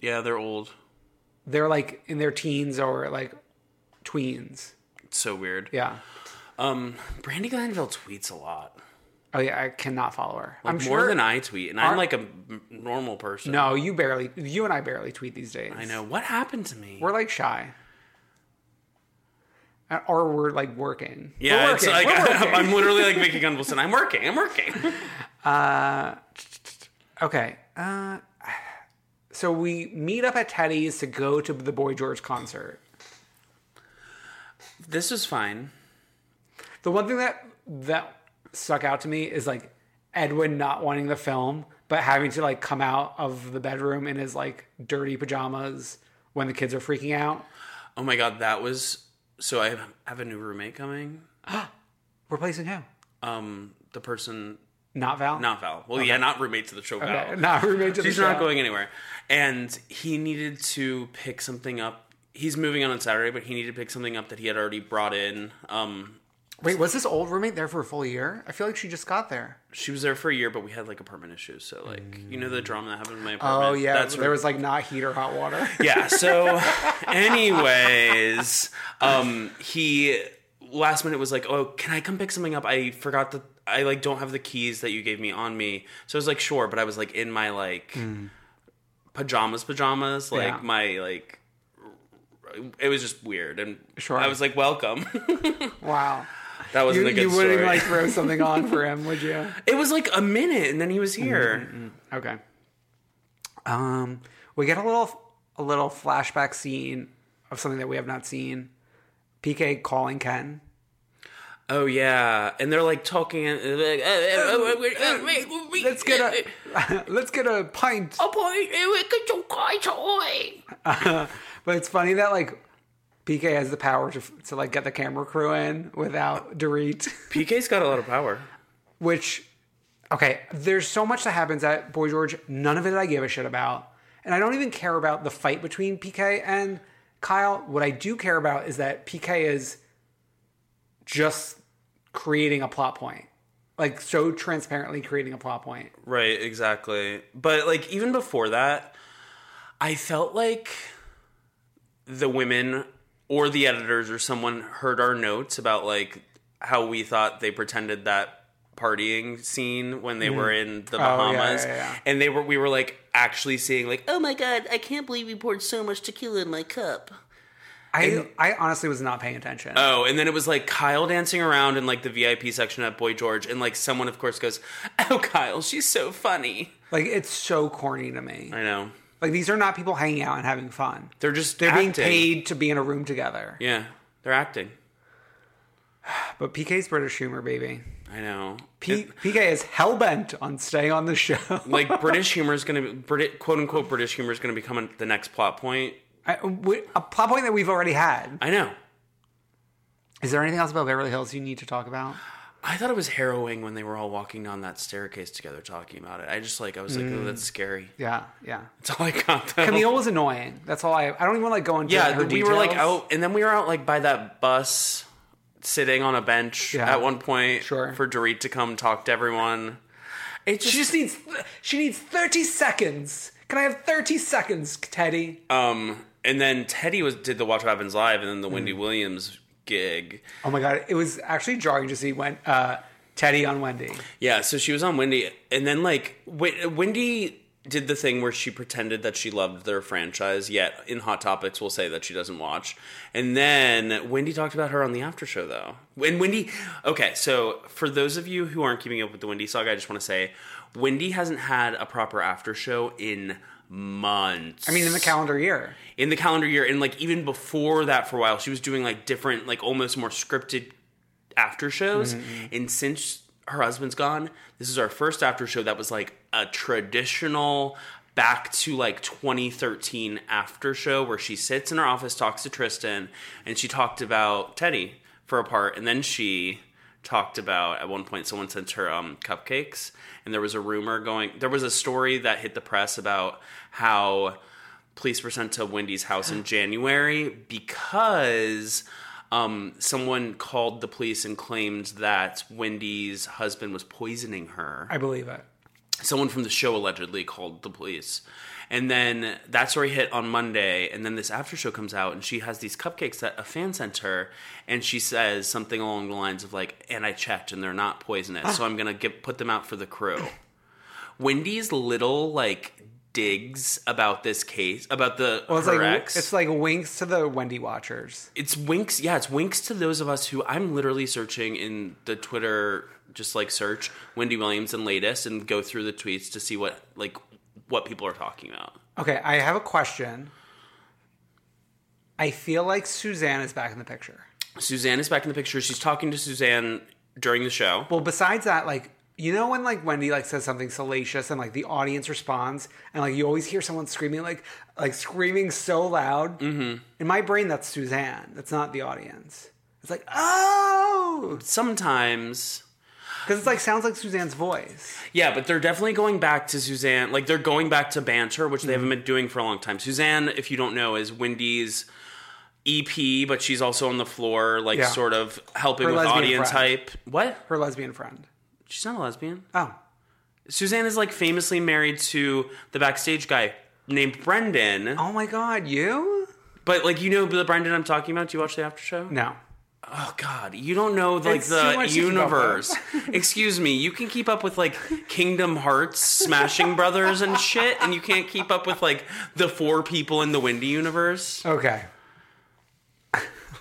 yeah, they're old.
they're like in their teens or like tweens
It's so weird.
yeah
Um, Brandy Glanville tweets a lot.
oh yeah i cannot follow her
Like
i'm
more
sure
than I tweet, and I'm like a m- normal person.
no you barely you and i barely tweet these days
I know. What happened to me?
we're like shy Uh, or we're like working
yeah,
we're
it's
working.
like
we're working.
I'm literally like Vicky Gunvalson. I'm working. I'm working.
Okay. Uh, so we meet up at Teddy's to go to the Boy George concert.
this is fine.
The one thing that that stuck out to me is like Edwin not wanting the film, but having to like come out of the bedroom in his like dirty pajamas when the kids are freaking out.
Oh my god, that was so. I have a new roommate coming.
Replacing who?
Um, the person
Not Val.
not Val. Well, yeah, not roommate to the show.
Okay.
Val.
Not roommate to the
She's not
show.
going anywhere. And he needed to pick something up. He's moving on on Saturday, but he needed to pick something up that he had already brought in. Um,
Wait, was this old roommate there for a full year? I feel like she just got there.
she was there for a year, but we had like apartment issues. So like, you know the drama that happened in my apartment.
Oh yeah,
that's
there was like not heat or hot water.
yeah. So, anyways, um, he last minute was like, "Oh, can I come pick something up? I forgot that I like don't have the keys that you gave me on me." So I was like, "Sure," but I was like in my like pajamas, pajamas, like
Yeah.
my like. It was just weird, and
Sure.
I was like, "Welcome."
wow.
that wasn't
You,
a good
you wouldn't
story.
like throw something on for him, would you?
it was like a minute, and then he was here.
Okay. Um, we get a little a little flashback scene of something that we have not seen. PK calling Ken.
Oh yeah, and they're like talking. And they're like,
Let's get a let's get a pint.
Oh.
But it's funny that like PK has the power to to like get the camera crew in without Dorit,
PK's got a lot of power.
which okay, there's so much that happens at Boy George. None of it I give a shit about, and I don't even care about the fight between PK and Kyle. What I do care about is that PK is just creating a plot point, like so transparently creating a plot point.
Right, exactly. But like even before that, I felt like the women or the editors or someone heard our notes about like how we thought they pretended that partying scene when they were in the Bahamas
yeah, yeah.
and they were we were like actually seeing like
Oh my god, I can't believe you poured so much tequila in my cup.
I I honestly was not paying attention.
Oh, and then it was like Kyle dancing around in like the VIP section at Boy George, and like someone, of course, goes, "Oh, Kyle, she's so funny."
like it's so corny to me.
I know
Like these are not people hanging out and having fun.
they're just
They're being
acting.
paid to be in a room together.
Yeah, they're acting.
But PK's British humor, baby.
I know.
P- PK is hellbent on staying on the show.
like British humor is going to Brit quote unquote British humor is going to become the next plot point.
I- we- a plot point that we've already had.
I know.
Is there anything else about Beverly Hills you need to talk about?
I thought it was harrowing when they were all walking down that staircase together talking about it. I just like I was like, oh, that's scary.
Yeah, yeah.
That's all I got. Though.
Camille was annoying. That's all I. I don't even want to go into.
yeah,
her
we were like
details.
out, and then we were out like by that bus, sitting on a bench
Yeah.
at one point
Sure.
for Dorit to come talk to everyone. It just,
She just needs. She needs thirty seconds. Can I have thirty seconds, Teddy?
um, and then Teddy was did the Watch What Happens Live, and then the Wendy Williams gig.
Oh my god, it was actually jarring to see when uh, Teddy on Wendy.
Yeah, so she was on Wendy, and then like Wen- Wendy did the thing where she pretended that she loved their franchise, yet in Hot Topics will say that she doesn't watch. And then Wendy talked about her on the after show though. And Wendy, okay, so for those of you who aren't keeping up with the Wendy saga, I just want to say Wendy hasn't had a proper after show in months.
I mean, in the calendar year.
in the calendar year and like even before that for a while she was doing like different like almost more scripted after shows and since her husband's gone this is our first after show that was like a traditional back to like 2013 after show where she sits in her office talks to Tristan and she talked about Teddy for a part and then she talked about at one point someone sent her um, cupcakes and there was a rumor going there was a story that hit the press about how police were sent to Wendy's house in January because um, someone called the police and claimed that Wendy's husband was poisoning her.
I believe it.
Someone from the show allegedly called the police. And then that story hit on Monday, and then this after show comes out, and she has these cupcakes that a fan sent her, and she says something along the lines of like, "And I checked, and they're not
Ah.
poisonous, so I'm gonna get, put them out for the crew." Wendy's little like digs about this case about the
Well, it's
her
like
ex.
it's like winks to the Wendy watchers.
it's winks yeah it's winks to those of us who i'm literally searching in the twitter just like search wendy williams and latest and go through the tweets to see what like what people are talking about
Okay, I have a question. I feel like Suzanne is back in the picture.
suzanne is back in the picture she's talking to suzanne during the show
Well, besides that, like you know when like Wendy like says something salacious and like the audience responds and like you always hear someone screaming like like screaming so loud. Mm-hmm. In my brain, that's Suzanne. That's not the audience. It's like oh,
sometimes
because it's like sounds like Suzanne's voice.
Yeah, but they're definitely going back to Suzanne. Like they're going back to banter, which they haven't been doing for a long time. Suzanne, if you don't know, is Wendy's EP, but she's also on the floor, like
Yeah.
sort of helping
Her
with
lesbian
audience
friend.
hype. What?
Her lesbian friend.
She's not a lesbian.
Oh,
Suzanne is like famously married to the backstage guy named Brendan.
oh my God, you?
But like you know the Brendan I'm talking about. Do you watch the after show?
No,
Oh God, you don't know like
It's too
the
much to keep up
universe. Excuse me, you can keep up with like Kingdom Hearts, Smashing Brothers, and shit, and you can't keep up with like the four people in the Windy universe.
okay.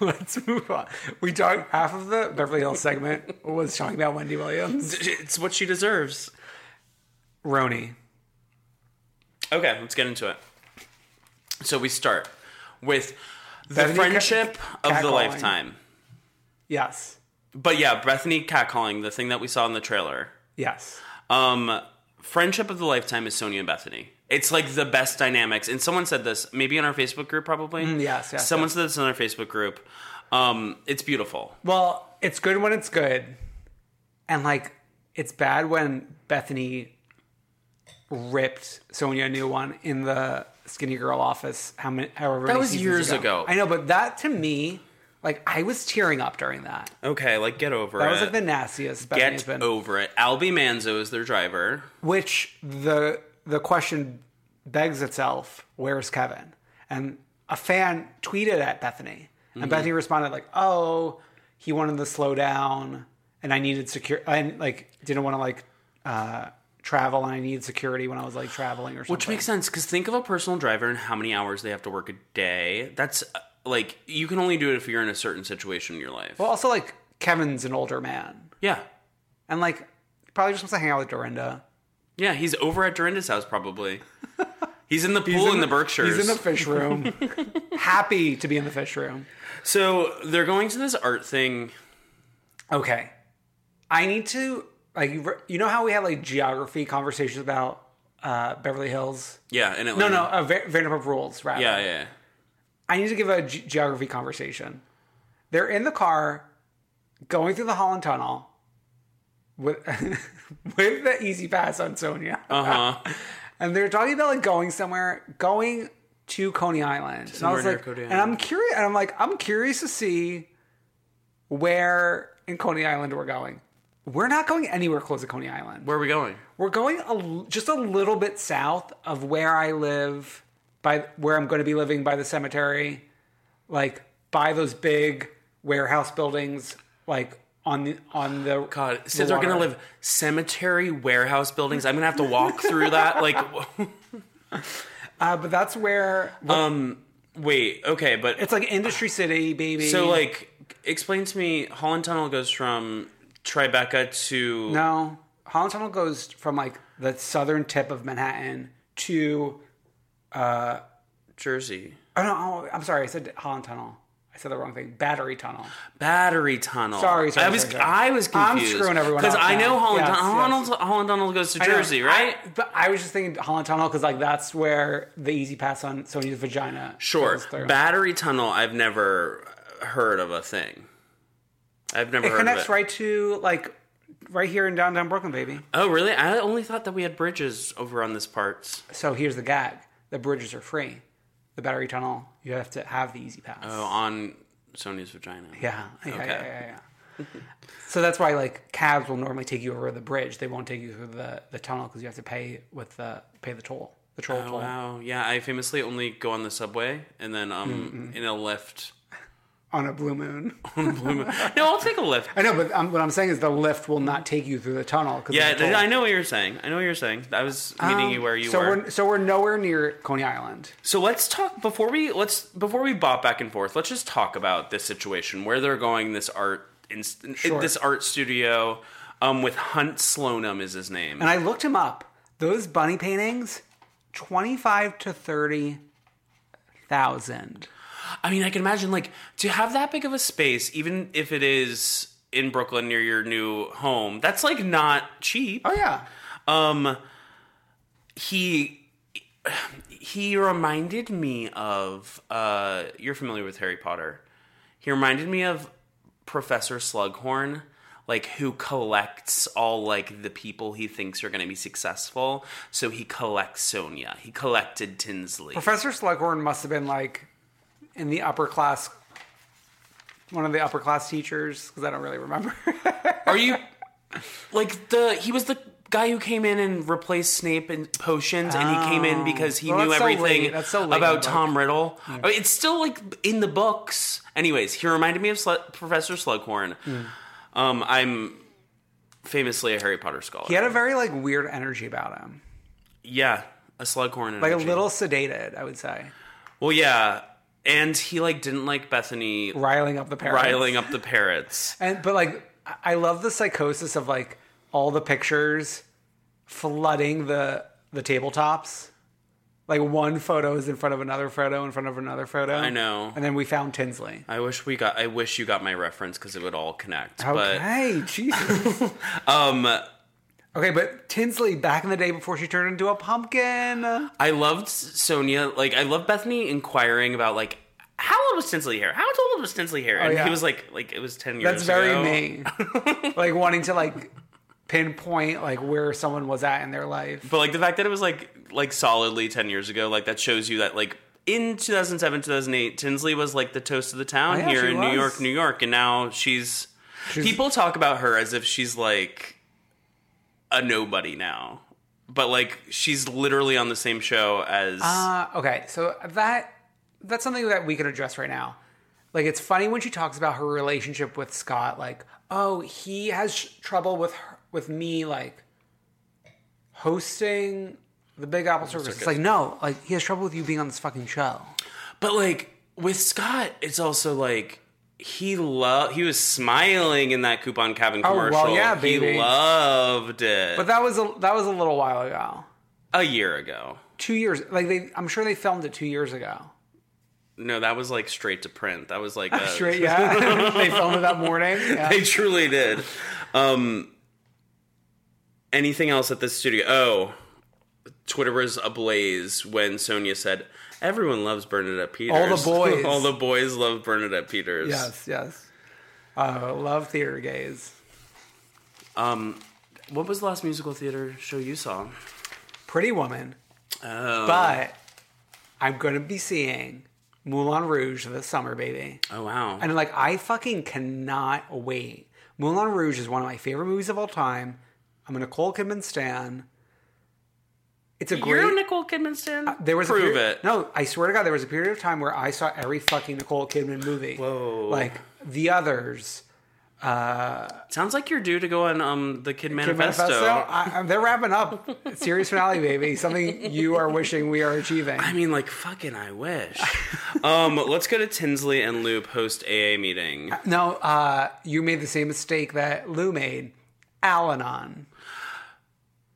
Let's move on. We talked half of the Beverly Hills segment was talking about Wendy Williams.
It's what she deserves.
Roni.
Okay, let's get into it. So we start with the
Bethany Cat-
friendship of the
catcalling.
lifetime.
Yes.
But yeah, Bethany catcalling, the thing that we saw in the trailer.
Yes.
Um, friendship of the lifetime is Sonia and Bethany. It's like the best dynamics. And someone said this, maybe in our Facebook group, probably.
Mm, yes, yes,
Someone
yes.
said this in our Facebook group. Um, it's beautiful.
Well, it's good when it's good, and like it's bad when Bethany ripped Sonia a new one in the Skinny Girl office. How many? However, many
was
seasons
years ago.
I know, but that to me, like I was tearing up during that.
Okay, like get over
That
it.
was like the nastiest Bethany's
get
been.
over it. Albie Manzo is their driver.
Which the the question begs itself: Where's Kevin? And a fan tweeted at Bethany, and
Mm-hmm.
Bethany responded like, "Oh, he wanted to slow down, and I needed secure, and like didn't want to like uh, travel, and I needed security when I was like traveling or something."
Which makes sense because think of a personal driver and how many hours they have to work a day. That's uh, like you can only do it if you're in a certain situation in your life.
Well, also like Kevin's an older man,
yeah,
and like probably just wants to hang out with Dorinda.
yeah. He's over at Dorinda's house probably. He's in the pool in, the Berkshires.
He's in the fish room, happy to be in the fish room.
So they're going to this art thing.
Okay. I need to like you re- you know how we had like geography conversations about uh Beverly Hills?
Yeah, in Atlanta.
No, no, uh, Va- Vanderpump Rules, rather.
Yeah, yeah. yeah.
I need to give a ge- geography conversation. They're in the car going through the Holland Tunnel with with the easy pass on Sonia.
Uh-huh.
And they're talking about like going somewhere, going to Coney Island. And I was
near
like,
Coney
and
Island.
I'm curious and I'm like, I'm curious to see where in Coney Island we're going. We're not going anywhere close to Coney Island.
Where are we going?
We're going a l just a little bit south of where I live by where I'm going to be living by the cemetery, like by those big warehouse buildings, like on the on the
God,
the
since we're gonna
water.
live cemetery warehouse buildings, I'm gonna have to walk through that. Like,
Uh, but that's where
um, wait, okay, but
it's like industry city, baby.
so like, explain to me. Holland Tunnel goes from Tribeca to
no, Holland Tunnel goes from like the southern tip of Manhattan to
Jersey.
oh no, oh, I'm sorry, I said Holland Tunnel. I said the wrong thing. Battery Tunnel.
Battery Tunnel.
Sorry, sorry,
I was
sorry, sorry.
I was
I'm
confused.
screwing everyone
because
up
I
now.
know Holland
Yes,
Tunnel.
yes.
Holland- Holland Tunnel goes to
I know.
Jersey, right?
I- but I was just thinking Holland Tunnel because like that's where the easy pass on Sonya's vagina.
Sure.
goes through.
Battery Tunnel. I've never heard of a thing. I've never
it
heard
connects
of it.
right to like right here in downtown Brooklyn, baby.
Oh, really? I only thought that we had bridges over on this part.
So here's the gag: the bridges are free. The Battery Tunnel, you have to have the easy pass.
Oh, on Sony's vagina.
Yeah. Yeah,
Okay.
yeah, yeah, yeah. so that's why like cabs will normally take you over the bridge. They won't take you through the, the tunnel because you have to pay with the pay the toll, the toll
Oh,
toll.
wow. Yeah, I famously only go on the subway and then um
Mm-hmm.
in a lift.
on a blue moon.
No, I'll take a lift.
I know, but um, what I'm saying is the lift will not take you through the tunnel. 'cause of
Yeah,
the toll.
I know what you're saying. I know what you're saying. I was meeting you where you
Um, so
were.
we're so we're nowhere near Coney Island.
So let's talk before we let's before we bop back and forth. Let's just talk about this situation where they're going. This art in,
Sure.
this art studio um, with Hunt Sloanum is his name.
And I looked him up. Those bunny paintings, twenty five to thirty thousand.
I mean, I can imagine like to have that big of a space, even if it is in Brooklyn near your new home. That's like not cheap.
Oh yeah.
Um, he he reminded me of uh, you're familiar with Harry Potter. He reminded me of Professor Slughorn, like who collects all like the people he thinks are going to be successful. So he collects Sonia. He collected Tinsley.
Professor Slughorn must have been like in the upper class, one of the upper class teachers because I don't really remember.
Are you like the? He was the guy who came in and replaced Snape and potions, and he came in because he
Oh. Well,
knew
that's so
everything
late. That's so late in the
about
book.
Tom Riddle. I mean, it's still like in the books. Anyways, he reminded me of Slu- Professor Slughorn.
Hmm.
Um, I'm famously a Harry Potter scholar.
he had a very like weird energy about him,
yeah, a Slughorn,
like a
energy.
little sedated, I would say,
Well, yeah, and he like didn't like Bethany
riling up the parents.
riling up the parrots.
And but like I- I love the psychosis of like all the pictures flooding the the tabletops. Like one photo is in front of another photo in front of another photo.
I know.
And then we found Tinsley.
I wish we got. I wish you got my reference because it would all connect. But
Okay, Jesus.
um.
okay, but Tinsley back in the day before she turned into a pumpkin.
I loved Sonia. Like I love Bethany inquiring about like how old was Tinsley here? How old was Tinsley here? And
Oh, yeah.
he was like, like it was ten years.
That's very
ago.
me. like wanting to like pinpoint like where someone was at in their life.
But like the fact that it was like like solidly ten years ago, like that shows you that like in 2007, 2008, Tinsley was like the toast of the town
Oh, yeah,
here
she
in New
was.
York, New York, and now she's, people talk about her as if she's like a nobody now. But like she's literally on the same show as
Uh, okay, so that that's something that we can address right now. Like, it's funny when she talks about her relationship with Scott. Like, oh, he has sh- trouble with her, with me, like hosting the Big Apple Circus. It's like, no, like he has trouble with you being on this fucking show.
But like with Scott, it's also like he loved. He was smiling in that coupon cabin
Oh,
commercial.
well, yeah, baby.
He loved it.
But that was a that was a little while ago.
a year ago.
Two years, like they, I'm sure they filmed it two years ago.
No, that was like straight to print. That was like a,
Sure, yeah, they filmed it that morning. Yeah.
Uh, They truly did. Um, anything else at this studio? Oh, Twitter was ablaze when Sonia said, "Everyone loves Bernadette Peters."
All the boys.
all the boys love Bernadette Peters.
Yes, yes. Uh, love theater gays.
Um, what was the last musical theater show you saw?
Pretty Woman.
Oh.
But I'm going to be seeing Moulin Rouge this summer, baby.
Oh wow!
And like, I fucking cannot wait. Moulin Rouge is one of my favorite movies of all time. I'm a Nicole Kidman stan. It's a great.
You're a Nicole Kidman stan.
there was a
prove
period,
it.
No, I swear to God, there was a period of time where I saw every fucking Nicole Kidman movie. Whoa! Like The Others,
Sounds like you're due to go on um the Kid
Kid
Manifesto.
Manifesto. I, I- they're wrapping up series finale, baby. Something you are wishing we are achieving.
I mean, like fucking, I wish. um, let's go to Tinsley and Lou post AA meeting.
No, uh, you made the same mistake that Lou made. Al-Anon.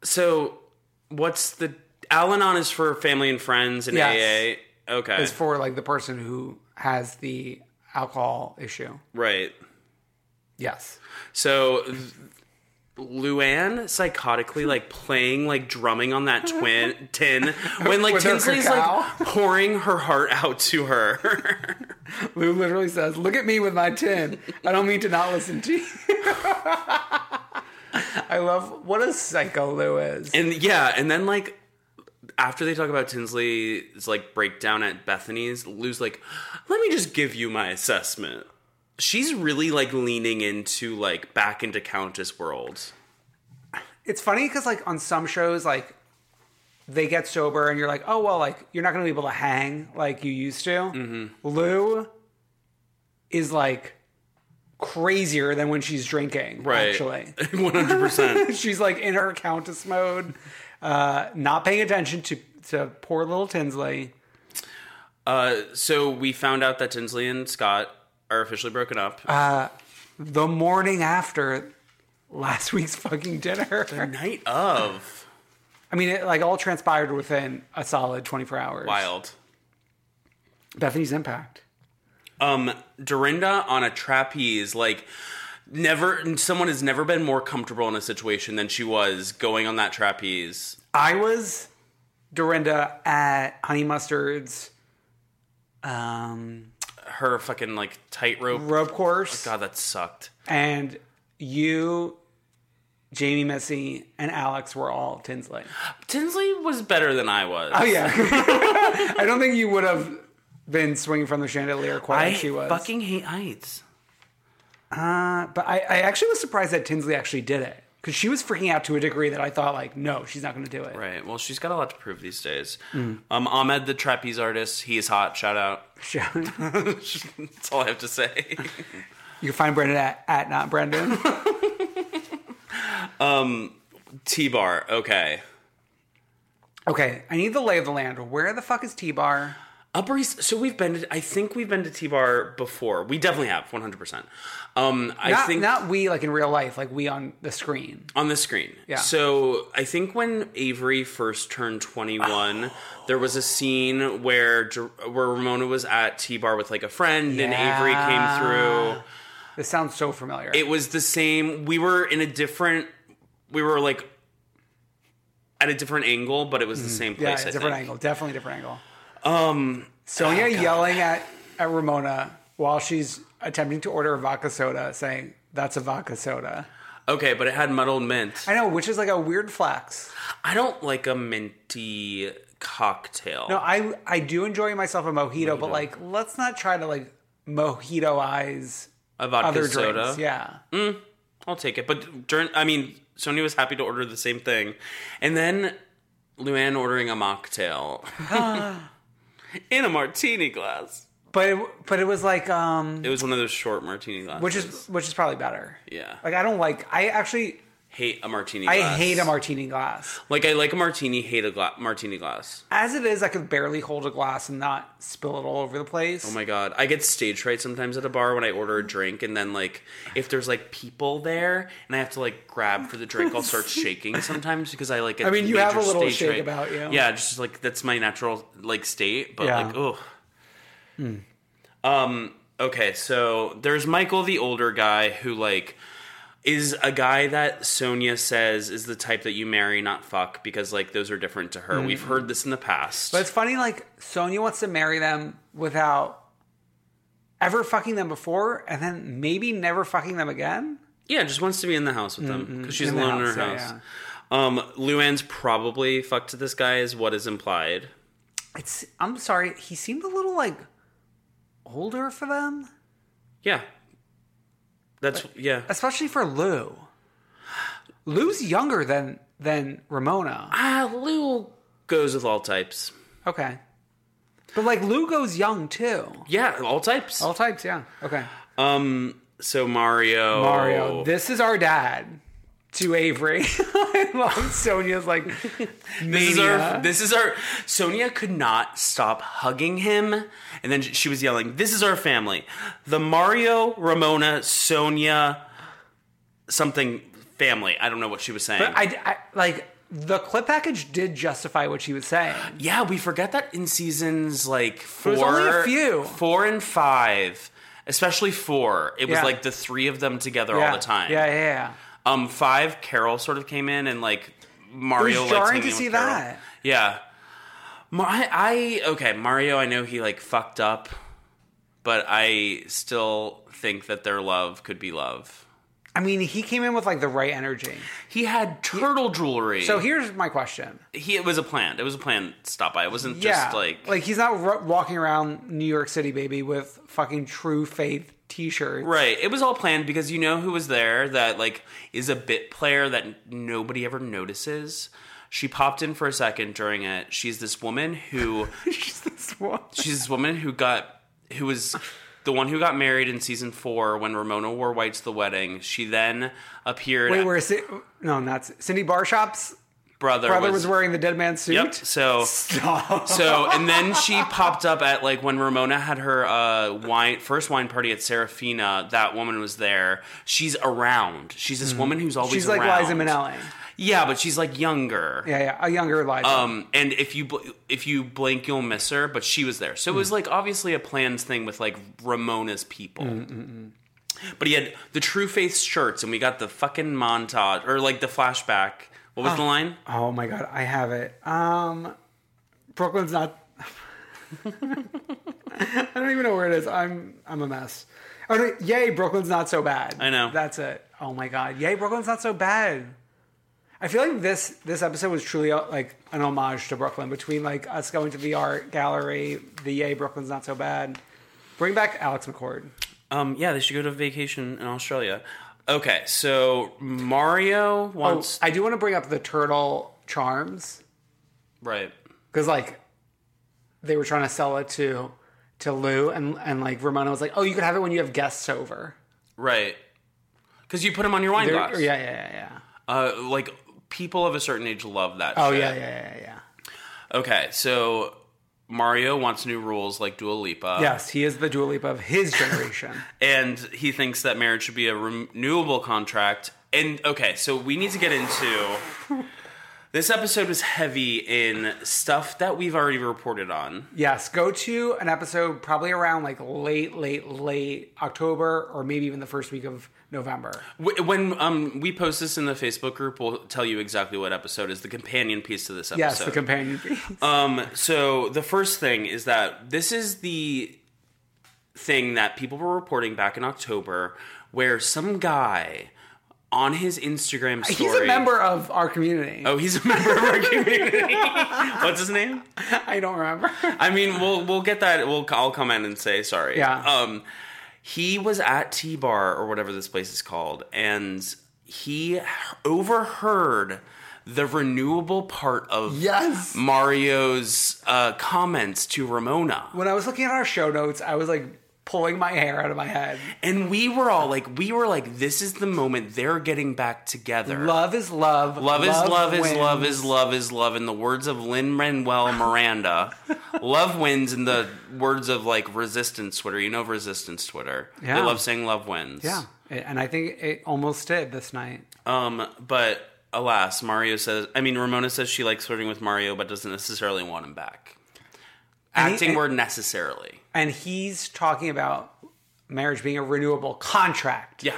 So, what's the Al-Anon is for family and friends and
Yes.
AA? Okay,
is for like the person who has the alcohol issue.
right.
Yes.
So th- Luann psychotically like playing like drumming on that twin tin when like
With her
Tinsley's
cacao?
like pouring her heart out to her.
Lou literally says, "Look at me with my tin. I don't mean to not listen to you." I love what a psycho Lou is.
and yeah, and then like after they talk about Tinsley's like breakdown at Bethany's, Lou's like, "Let me just give you my assessment." She's really like leaning into like back into Countess world.
It's funny because like on some shows, like they get sober and you're like, "Oh well, like you're not going to be able to hang like you used to." Mm-hmm. Lou is like crazier than when she's drinking.
Right.
Actually,
100%.
she's like in her countess mode, uh, not paying attention to to poor little Tinsley.
uh, so we found out that Tinsley and Scott are officially broken up.
The morning after last week's fucking dinner.
Night of.
I mean, it like all transpired within a solid twenty four hours.
Wild.
Bethany's impact.
Um, Dorinda on a trapeze, like never someone has never been more comfortable in a situation than she was going on that trapeze.
I was Dorinda at Honey Mustard's um,
Her fucking like tightrope.
rope course,
Oh God, that sucked.
and you, Jamie Missy, and Alex were all Tinsley.
Tinsley was better than I was.
Oh yeah. I don't think you would have been swinging from the chandelier quite
I
like she was.
fucking hate heights.
uh, but I, I actually was surprised that Tinsley actually did it because she was freaking out to a degree that I thought like, no, she's not going to do it.
Right. Well, she's got a lot to prove these days.
Mm.
Um, Ahmed, the trapeze artist, he is hot. Shout out. That's all I have to say.
you can find Brendan at, at not Brendan.
T bar. Okay.
okay, I need the lay of the land. Where the fuck is T Bar?
Upper East. So we've been. To, I think we've been to T Bar before. We definitely have. One hundred percent. Um, I
Not,
think
not we like in real life, like we on the screen.
on the screen.
Yeah.
So I think when Avery first turned twenty one, there was a scene where Jer- where Ramona was at T Bar with like a friend, and Avery came through.
This sounds so familiar.
It was the same. We were in a different. We were like at a different angle, but it was the same
Mm-hmm. yeah,
place. I
different
think.
angle, definitely different angle.
Um.
Sonia yelling at, at Ramona while she's attempting to order a vodka soda, saying, "That's a vodka soda."
Okay, but it had muddled mint.
I know, which is like a weird flex.
I don't like a minty cocktail.
No, I I do enjoy myself a mojito, but like let's not try to like mojitoize
a vodka
other
soda.
drinks. Yeah.
I'll take it. But during, I mean, Sonya was happy to order the same thing, and then Luann ordering a mocktail in a martini glass.
But it, but it was like um
It was one of those short martini glasses.
which is which is probably better.
yeah,
Like I don't like I actually
hate a martini.
I
glass.
hate a martini glass.
Like I like a martini, hate a gla- martini glass.
As it is, I could barely hold a glass and not spill it all over the place.
Oh my god, I get stage fright sometimes at a bar when I order a drink, and then like if there's like people there, and I have to like grab for the drink, I'll start shaking sometimes because I like. Get
I mean, you have
major
a little
stage
shake
fright.
about you.
Yeah, just like that's my natural like state, but
Yeah. Hmm.
like oh. Um. Okay, so there's Michael, the older guy, who like is a guy that Sonia says is the type that you marry, not fuck, because like those are different to her. We've heard this in the past.
Hmm. But it's funny, like Sonya wants to marry them without ever fucking them before, and then maybe never fucking them again.
Yeah, just wants to be in the house with them because she's
Mm-hmm. In the
alone in her
house, yeah,
house. Um, Luann's probably fucked this guy, is what is implied.
It's I'm sorry, he seemed a little like older for them,
Yeah, that's yeah.
especially for Lou. Lou's younger than than Ramona.
Ah, Lou goes with all types.
Okay. But like Lou goes young too.
Yeah, all types.
All types, yeah. Okay.
Um, so Mario, Oh.
Mario, this is our dad to Avery. I love Sonia's like
This is our.
mania.
This is our. Sonia could not stop hugging him, and then she was yelling, "This is our family." The Mario, Ramona, Sonia, something family. I don't know what she was saying.
But I, I like the clip package did justify what she was saying.
yeah, we forget that in seasons like four,
was only a few.
four and five, especially four. It was
Yeah.
like the three of them together
yeah.
all the time.
Yeah, yeah, yeah.
Um, five. Carol sort of came in and like Mario.
It was
likes
jarring
hanging
to see
with Carol.
that.
Yeah. Mar- I, I okay Mario. I know he like fucked up, but I still think that their love could be love.
I mean, he came in with like the right energy.
He had turtle jewelry.
So here's my question.
he it was a plan. It was a plan. Stop by. It wasn't
yeah,
just like
he's not ru walking around New York City, baby, with fucking True Faith T-shirts.
right. It was all planned because you know who was there that like is a bit player that nobody ever notices. She popped in for a second during it. She's this woman who
She's this one.
She's this woman who got who was the one who got married in season four when Ramona wore white to the wedding. She then appeared.
Wait, where Ci- no, not Ci- Cindy Barshop's
brother,
brother was wearing the dead man's suit.
Yep. So
Stop.
so and then she popped up at like when Ramona had her uh, wine first wine party at Serafina. That woman was there. She's around. She's this woman who's always
Mm-hmm. She's like
around.
Liza Minnelli.
Yeah, but she's like younger.
Yeah, yeah, a younger Liza.
Um, and if you bl- if you blink, you'll miss her. But she was there, so it
Mm.
was like obviously a planned thing with like Ramona's people.
Mm,
But he had the True Faith shirts, and we got the fucking montage or like the flashback. What was the line?
oh my god, I have it. Um, Brooklyn's not. I don't even know where it is. I'm I'm a mess. Oh no, yay, Brooklyn's not so bad.
I know.
That's it. Oh my god, yay, Brooklyn's not so bad. I feel like this this episode was truly uh, like an homage to Brooklyn between like us going to the art gallery, the yay, Brooklyn's not so bad. Bring back Alex McCord.
Um, yeah, they should go to vacation in Australia. Okay, so Mario
Oh,
wants
I do want to bring up the turtle charms
right.
because like they were trying to sell it to to Lou and and like Ramona was like, oh, you could have it when you have guests over.
Right. Because you put him on your wine
They're-
glass.
Yeah, yeah, yeah, yeah.
Uh, like, people of a certain age love that
Oh
shit.
yeah, yeah, yeah, yeah.
Okay, so Mario wants new rules like Dua Lipa.
Oh. yes, he is the Dua Lipa of his generation.
and he thinks that marriage should be a renewable contract. And okay, so we need to get into this episode was heavy in stuff that we've already reported on.
yes, go to an episode probably around like late, late, late October or maybe even the first week of November.
Wh- When um, we post this in the Facebook group, we'll tell you exactly what episode is the companion piece to this episode.
Yes, the companion. piece.
Um, so the first thing is that this is the thing that people were reporting back in October, where some guy on his Instagram story.
He's a member of our community.
Oh, he's a member of our community. What's his name?
I don't remember.
I mean, we'll we'll get that. We'll I'll come in and say sorry.
Yeah.
Um, he was at T Bar or whatever this place is called, and he overheard the renewable part of
Yes.
Mario's uh, comments to Ramona,
when I was looking at our show notes, I was like pulling my hair out of my head.
and we were all like, we were like, this is the moment they're getting back together.
Love is love.
Love, is love is love
wins.
is love is love. In the words of Lynn Manuel Miranda, love wins. In the words of like resistance Twitter, you know resistance Twitter. They
Yeah.
love saying love wins.
Yeah, it- and I think it almost did this night.
Um, but alas, Mario says. I mean, Ramona says she likes flirting with Mario, but doesn't necessarily want him back.
he-
Acting
and-
word necessarily.
And he's talking about marriage being a renewable contract.
Yeah.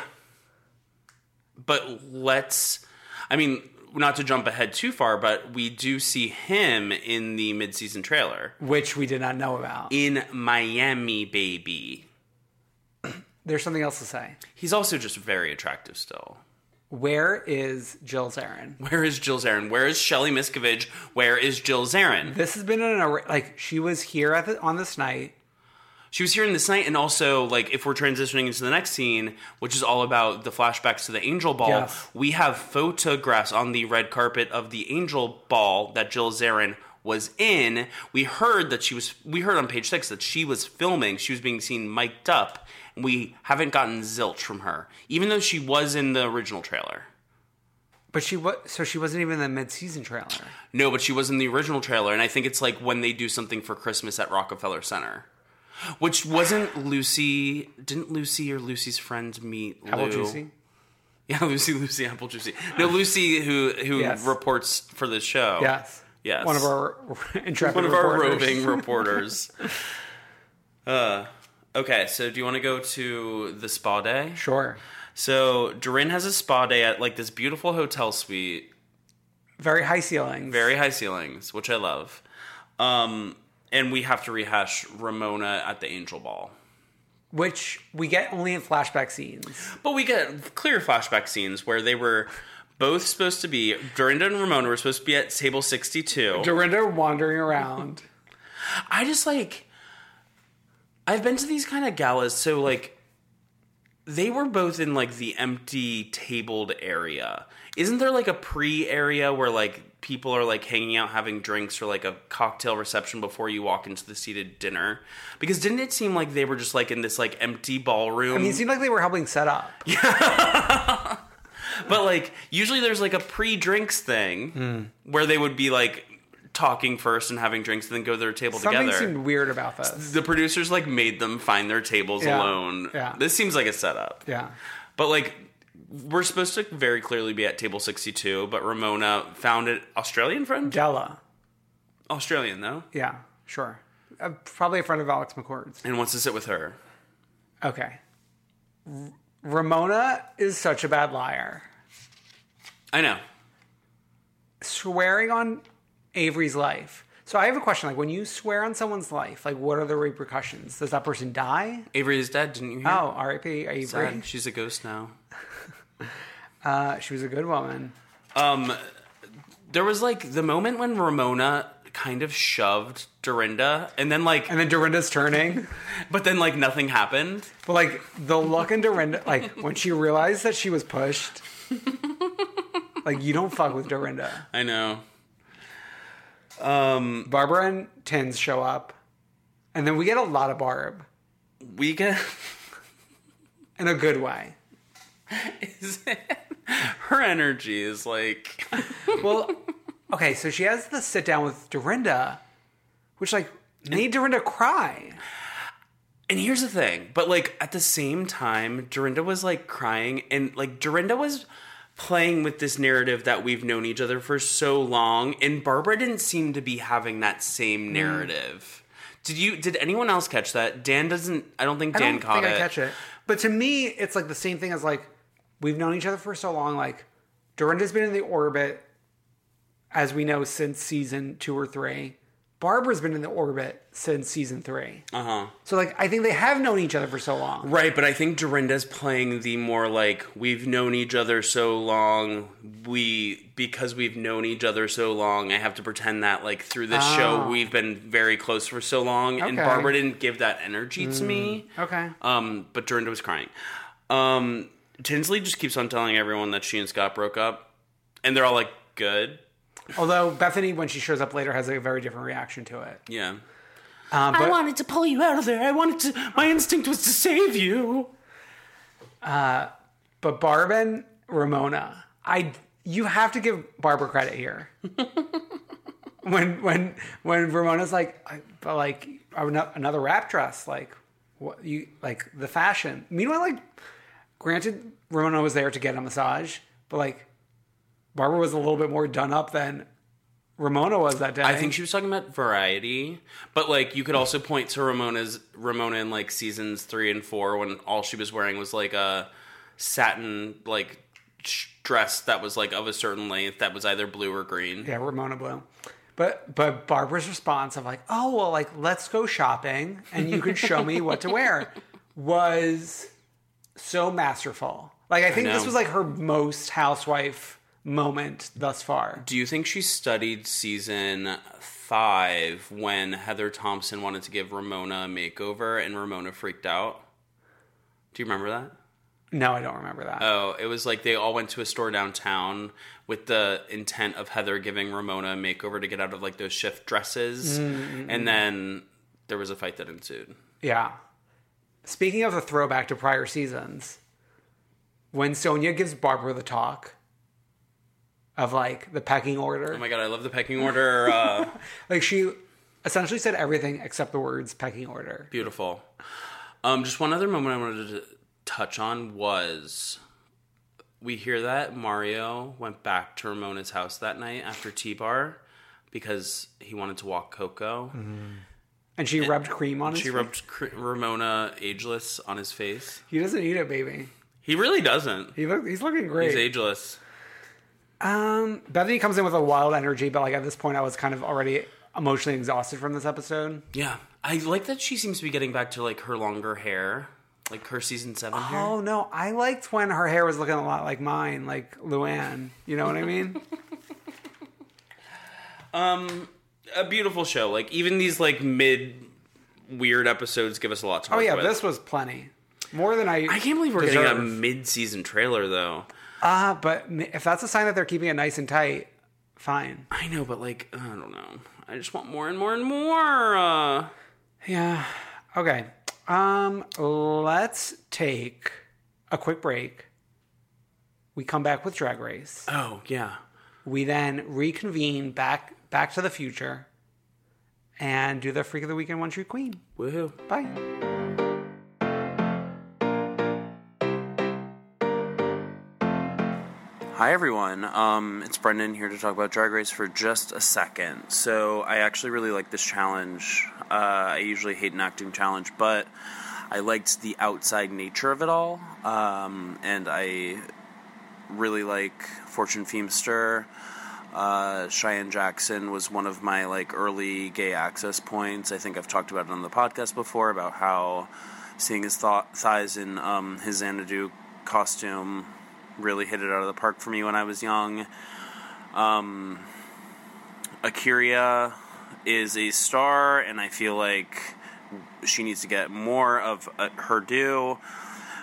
But let's, I mean, not to jump ahead too far, but we do see him in the mid-season trailer
Which we did not know about.
in Miami, baby.
There's something else to say.
He's also just very attractive still.
Where is Jill's Aaron?
Where is Jill Zarin? Where is Shelly Miskovich? Where is Jill Zarin?
This has been an ar- like she was here at the, on this night.
She was here in this night, and also like if we're transitioning into the next scene, which is all about the flashbacks to the Angel Ball,
Yes.
we have photographs on the red carpet of the Angel Ball that Jill Zarin was in, we heard that she was. We heard on page six that she was filming. She was being seen mic'd up. And we haven't gotten zilch from her, even though she was in the original trailer.
But she was so she wasn't even in the mid-season trailer.
No, but she was in the original trailer, and I think it's like when they do something for Christmas at Rockefeller Center, which wasn't Lucy. Didn't Lucy or Lucy's friend meet Lou?
Apple Juicy.
Yeah, Lucy, Lucy, Apple Juicy. No, Lucy, who who
Yes.
reports for the show.
Yes.
Yes.
One of our intrepid
one of our
reporters.
roving reporters. uh, okay, so do you want to go to the spa day?
Sure.
So Dorin has a spa day at like this beautiful hotel suite
Very high ceilings.
very high ceilings, which I love. Um, and we have to rehash Ramona at the Angel Ball.
Which we get only in flashback scenes.
But we get clear flashback scenes where they were both supposed to be, Dorinda and Ramona were supposed to be at table 62.
Dorinda wandering around.
I just like, I've been to these kind of galas, so like, they were both in like the empty tabled area. Isn't there like a pre area where like people are like hanging out having drinks or like a cocktail reception before you walk into the seated dinner? Because didn't it seem like they were just like in this like empty ballroom?
I mean, it seemed like they were helping set up.
but like usually there's like a pre-drinks thing
Hmm.
where they would be like talking first and having drinks and then go to their table
Something
together.
seemed weird about this.
the producers like made them find their tables
Yeah.
alone.
Yeah.
This seems like a setup.
Yeah.
But like we're supposed to very clearly be at table 62, but Ramona found it Australian friend?
Della.
Australian though.
Yeah, sure. Uh, probably a friend of Alex McCord's.
And wants to sit with her.
Okay. R- Ramona is such a bad liar.
I know.
Swearing on Avery's life. So I have a question. Like, when you swear on someone's life, like, what are the repercussions? Does that person die?
Avery is dead, didn't you hear?
Oh, R.I.P. Avery.
Sad. She's a ghost now.
Uh, she was a good woman.
Um, there was like the moment when Ramona kind of shoved Dorinda, and then like,
And then Dorinda's turning.
but then like nothing happened.
But like the look in Dorinda, like when she realized that she was pushed, like you don't fuck with Dorinda.
I know.
Barbara and Tins show up, and then we get a lot of Barb
We get
in a good way.
her energy is like
Well, okay, so she has the sit down with Dorinda, which like made Dorinda cry.
And here's the thing, but like at the same time, Dorinda was like crying, and like Dorinda was playing with this narrative that we've known each other for so long, and Barbara didn't seem to be having that
Mm.
same narrative. Did you? Did anyone else catch that? Dan doesn't. I don't think
I
Dan
don't
caught it.
think I catch it, but to me, it's like the same thing as like we've known each other for so long. Like Dorinda's been in the orbit, as we know, since season two or three. Barbara's been in the orbit since season three. Uh
Uh-huh.
huh. So like, I think they have known each other for so long.
Right, but I think Dorinda's playing the more like we've known each other so long, we because we've known each other so long, I have to pretend that like through this show we've been very close for so long and
Okay.
Barbara didn't give that energy to me.
Okay.
Um but Dorinda was crying. Um Tinsley just keeps on telling everyone that she and Scott broke up and they're all like good.
Although Bethany, when she shows up later, has a very different reaction to it.
Yeah.
Um, but
I wanted to pull you out of there. I wanted to my instinct was to save you.
Uh, but Barb and Ramona, I you have to give Barbara credit here. when when when Ramona's like, I, but like ano- another wrap dress, like what you like the fashion. Meanwhile, like granted, Ramona was there to get a massage, but like Barbara was a little bit more done up than Ramona was that day.
I think she was talking about variety, but like you could also point to Ramona's Ramona in like seasons three and four when all she was wearing was like a satin like sh- dress that was like of a certain length that was either blue or green.
yeah, Ramona Bloom. But but Barbara's response of like, oh well, like let's go shopping and you can show me what to wear was so masterful. Like I think this
know.
was like her most housewife moment thus far.
Do you think she studied season five when Heather Thompson wanted to give Ramona a makeover and Ramona freaked out? Do you remember that?
No, I don't remember that.
Oh, it was like they all went to a store downtown with the intent of Heather giving Ramona a makeover to get out of like those shift dresses. And then there was a fight that ensued. Oh
Yeah. Speaking of the throwback to prior seasons, when Sonia gives Barbara the talk of like the pecking order,
Oh my god, I love the pecking order. Uh,
like she essentially said everything except the words pecking order.
beautiful. Um, just one other moment I wanted to touch on was we hear that Mario went back to Ramona's house that night after T Bar because he wanted to walk Coco.
And she rubbed cream on his
She
face.
rubbed cr- Ramona ageless on his face.
He doesn't eat it, baby.
He really doesn't.
He look, he's looking
He's
great.
ageless.
Um, Bethany comes in with a wild energy, but like at this point, I was kind of already emotionally exhausted from this episode.
Yeah, I like that she seems to be getting back to like her longer hair, like her season seven hair.
Oh no, I liked when her hair was looking a lot like mine, like Luann. You know what I mean?
A beautiful show. Like even these like mid weird episodes give us a lot to.
Oh yeah,
with.
this was plenty. More than I.
I can't believe we're getting a
deserve.
mid season trailer though.
Ah, but m- if that's a sign that they're keeping it nice and tight, fine.
I know, but like I don't know. I just want more and more and more. Uh,
Yeah. Okay. Um, let's take a quick break. We come back with Drag Race.
oh yeah,
We then reconvene back back to the future and do the freak of the weekend one true queen.
woohoo!
Bye.
Hi everyone, um, it's Brendan here to talk about Drag Race for just a second. So I actually really like this challenge. Uh, I usually hate an acting challenge, but I liked the outside nature of it all, um, and I really like Fortune Feemster. Uh, Cheyenne Jackson was one of my like early gay access points. I think I've talked about it on the podcast before about how seeing his th- thighs in um, his Xanadu costume really hit it out of the park for me when I was young. Um, Akira is a star, and I feel like she needs to get more of uh, her due.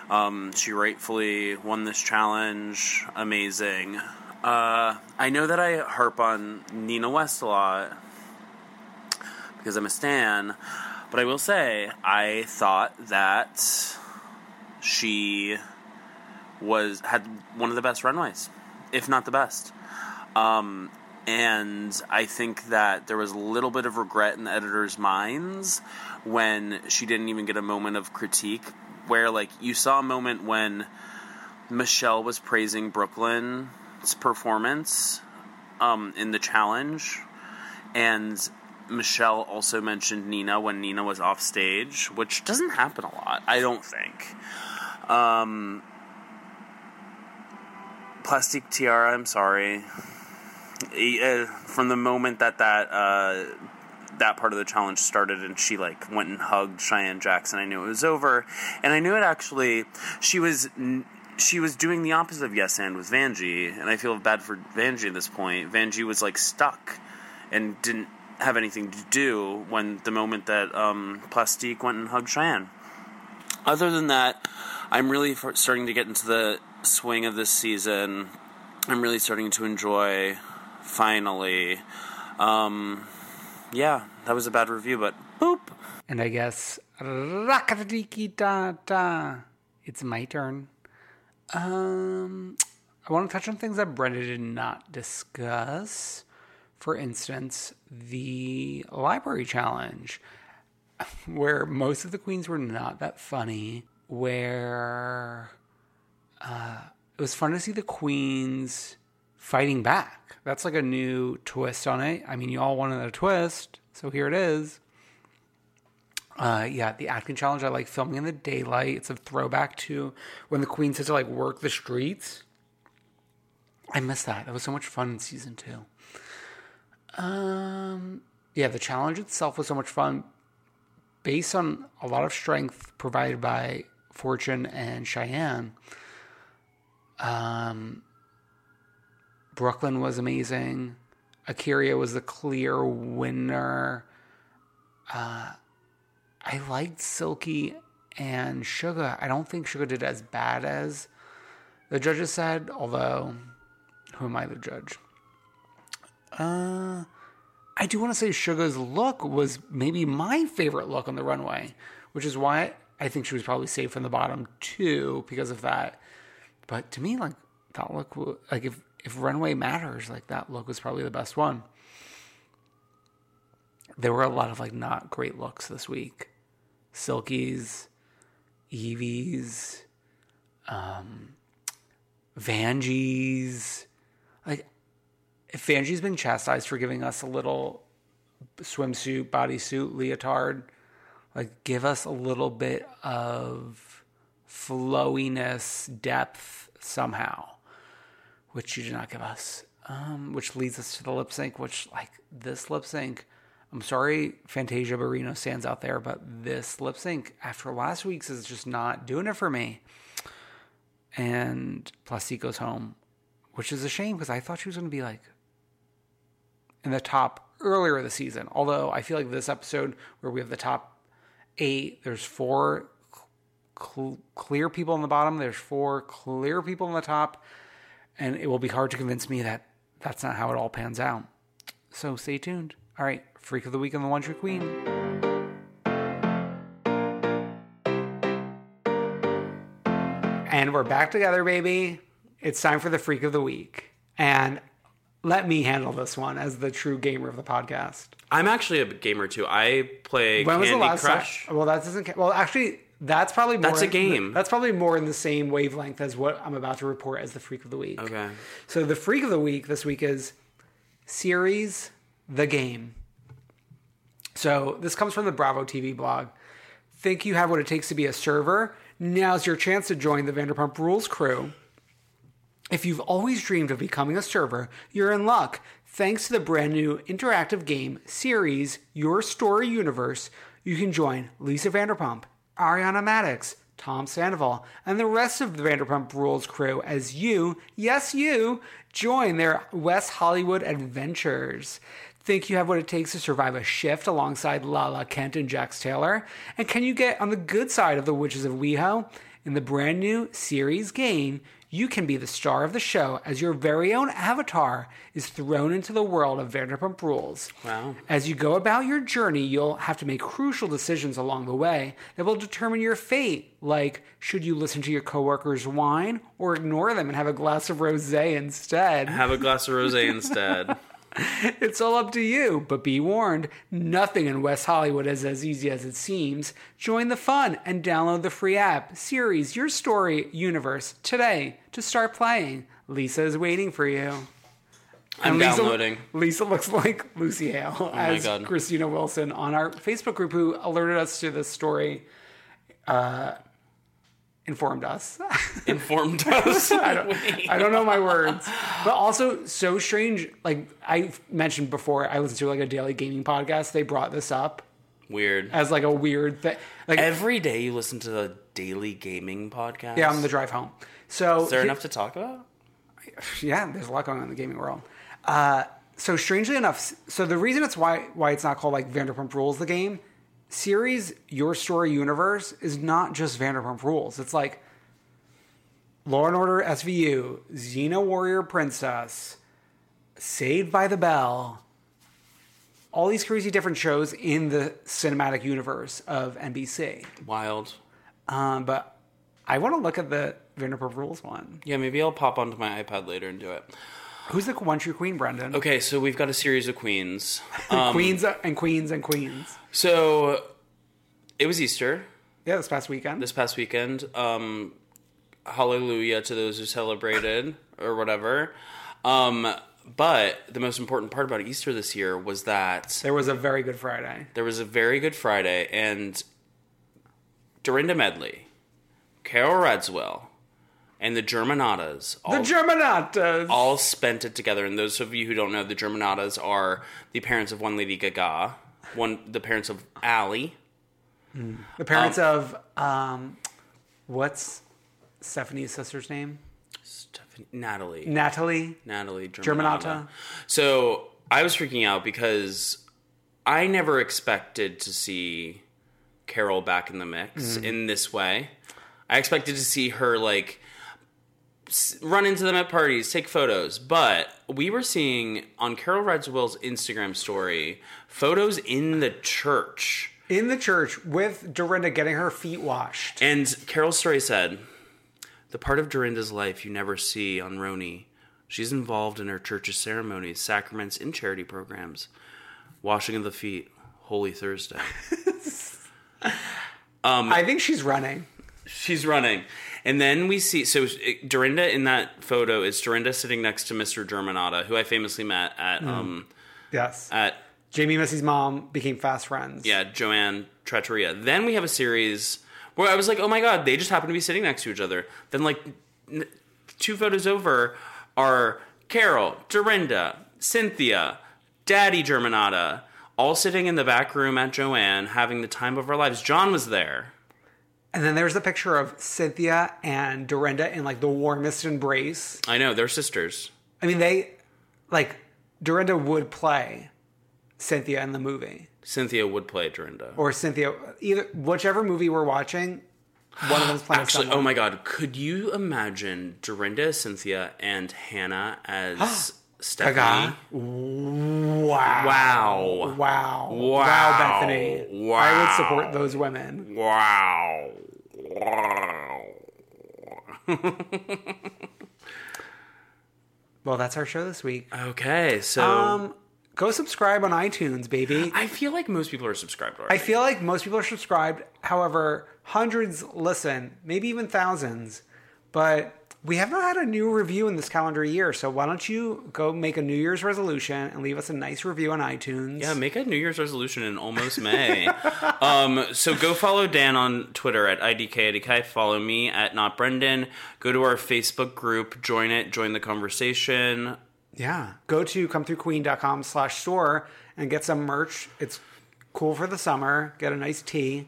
Um, she rightfully won this challenge. Amazing. Uh, I know that I harp on Nina West a lot because I'm a stan, but I will say I thought that she was had one of the best runways, if not the best. Um, and I think that there was a little bit of regret in the editors' minds when she didn't even get a moment of critique. Where like you saw a moment when Michelle was praising Brooklyn's performance um, in the challenge, and Michelle also mentioned Nina when Nina was off stage, which doesn't happen a lot, I don't think. Um, plastic tiara. I'm sorry. Eh, uh, From the moment that that uh, that part of the challenge started, and she like went and hugged Cheyenne Jackson, I knew it was over, and I knew it actually. She was. n- She was doing the opposite of yes and with Vanjie, and I feel bad for Vanjie at this point. Vanjie was like stuck and didn't have anything to do when the moment that um, Plastique went and hugged Cheyenne other than that, I'm really f- starting to get into the swing of this season. I'm really starting to enjoy finally. Um, yeah, that was a bad review, but boop.
And I guess rakadiki da da. It's my turn. Um, I want to touch on things that Brenda did not discuss. For instance, the library challenge, where most of the queens were not that funny. Where uh, it was fun to see the queens fighting back. That's like a new twist on it. I mean, you all wanted a twist, so here it is. Uh, yeah, the Atkin challenge. I like filming in the daylight. It's a throwback to when the queens had to like work the streets. I miss that. That was so much fun in season two. Um, yeah, the challenge itself was so much fun, based on a lot of strength provided by Fortune and Cheyenne. Um, Brooklyn was amazing. Akiria was the clear winner. I liked Silky and Sugar. I don't think Sugar did as bad as the judges said, although, who am I to judge? Uh, I do want to say Sugar's look was maybe my favorite look on the runway, which is why I think she was probably saved from the bottom too because of that. But to me, like that look, wa- like if if runway matters, like that look was probably the best one. There were a lot of like not great looks this week, Silkies, Eevees, um, Vangies, like Fangie's been chastised for giving us a little swimsuit, bodysuit, leotard. Like, give us a little bit of flowiness, depth somehow, which you did not give us. Um, which leads us to the lip sync, which, like, this lip sync, I'm sorry, Fantasia Barrino stands out there, but this lip sync after last week's is just not doing it for me. And Plastico's home which is a shame because I thought she was going to be like in the top earlier this season. Although I feel like this episode where we have the top eight, there's four cl- clear people on the bottom, there's four clear people on the top, and it will be hard to convince me that that's not how it all pans out. So stay tuned. All right, Freak of the Week on the One True Queen. And we're back together, baby. It's time for the Freak of the Week. And let me handle this one as the true gamer of the podcast.
I'm actually a gamer too. I play
When was
Candy
the last
Crush.
time? Well, that doesn't. ca- Well, actually, that's probably more
That's a game.
That's probably more in the same wavelength as what I'm about to report as the freak of the week.
Okay.
So the freak of the week this week is series the game. So this comes from the Bravo TV blog. Think you have what it takes to be a server? Now's your chance to join the Vanderpump Rules crew. If you've always dreamed of becoming a server, you're in luck. Thanks to the brand new interactive game series, Your Story Universe, you can join Lisa Vanderpump, Ariana Maddox, Tom Sandoval, and the rest of the Vanderpump Rules crew as you, yes, you, join their West Hollywood adventures. Think you have what it takes to survive a shift alongside Lala Kent and Jax Taylor? And can you get on the good side of the Witches of WeHo? In the brand new series game, you can be the star of the show as your very own avatar is thrown into the world of Vanderpump Rules. Wow. As you go about your journey, you'll have to make crucial decisions along the way that will determine your fate, like should you listen to your coworkers' whine or ignore them and have a glass of rosé instead?
Have a glass of rosé instead.
It's all up to you, but be warned, nothing in West Hollywood is as easy as it seems. Join the fun and download the free app, series, your story, universe, today to start playing. Lisa is waiting for you.
I'm
Lisa-
downloading. Oh
Lisa looks like Lucy Hale as
God.
Christina Wilson on our Facebook group who alerted us to this story, uh, informed us.
Informed us.
I don't know my words. But also so strange. Like I mentioned before, I listened to like a daily gaming podcast. They brought this up
Weird.
as like a weird thing. Like
Every day you listen to the daily gaming podcast.
yeah, on the drive home. So
Is there enough to talk about?
yeah, there's a lot going on in the gaming world. Uh, so strangely enough, s- so the reason it's why why it's not called like Vanderpump Rules the game series, Your Story Universe is not just Vanderpump Rules. It's like Law and Order SVU, Xena Warrior Princess, Saved by the Bell, all these crazy different shows in the cinematic universe of NBC.
Wild.
Um, but I want to look at the Vanderpump Rules one.
Yeah, maybe I'll pop onto my iPad later and do it.
Who's the one true queen, Brendan?
Okay, so we've got a series of queens.
queens and queens and queens.
So it was Easter
Yeah, this past weekend.
this past weekend. Um, hallelujah to those who celebrated or whatever. Um, but the most important part about Easter this year was that
there was a very good Friday.
there was a very good Friday, and Dorinda Medley, Carol Redswell, and the Germanatas all
The Germanatas.
all spent it together. And those of you who don't know, the Germanatas are the parents of one Lady Gaga, one the parents of Ally.
the parents of um, what's Stephanie's sister's name?
Stephanie, Natalie,
Natalie.
Natalie Germanata.
Germanata.
So I was freaking out because I never expected to see Carol back in the mix in this way. I expected to see her like s- run into them at parties, take photos, but we were seeing on Carol Rides the Will's Instagram story photos in the church.
in the church with Dorinda getting her feet washed.
And Carol Story said, The part of Dorinda's life you never see on Roni. She's involved in her church's ceremonies, sacraments, and charity programs. Washing of the feet, Holy Thursday. Um,
I think she's running.
She's running. And then we see, so it- Dorinda in that photo is Dorinda sitting next to Mr. Germanata, who I famously met at, um,
Yes.
at
Jamie and Missy's mom became fast friends.
yeah, Joanne Trattoria. Then we have a series where I was like, oh my god, they just happen to be sitting next to each other. Then like n- two photos over are Carol, Dorinda, Cynthia, Daddy Germanata, all sitting in the back room at Joanne, having the time of our lives. John was there.
And then there's the picture of Cynthia and Dorinda in like the warmest embrace.
I know they're sisters.
I mean, they like Dorinda would play Cynthia in the movie,
Cynthia would play Dorinda.
or Cynthia either whichever movie we're watching. One of them's playing
Actually,
someone.
oh my god, could you imagine Dorinda, Cynthia, and Hannah as Stephanie?
Gaga. Wow.
Wow.
Wow.
Wow.
Bethany.
Wow.
I would support those women.
Wow. Wow.
Well, that's our show this week.
Okay, so
Go subscribe on iTunes, baby.
Um, I feel like most people are subscribed already.
I feel like most people are subscribed. However, hundreds listen, maybe even thousands. But we have not had a new review in this calendar year. So why don't you go make a New Year's resolution and leave us a nice review on iTunes?
yeah, make a New Year's resolution in almost May. um, so go follow Dan on Twitter at IDKIDK. Follow me at Not Brendan. Go to our Facebook group, join it, join the conversation.
Yeah. Go to comethroughqueen.com slash store and get some merch. It's cool for the summer. Get a nice tea.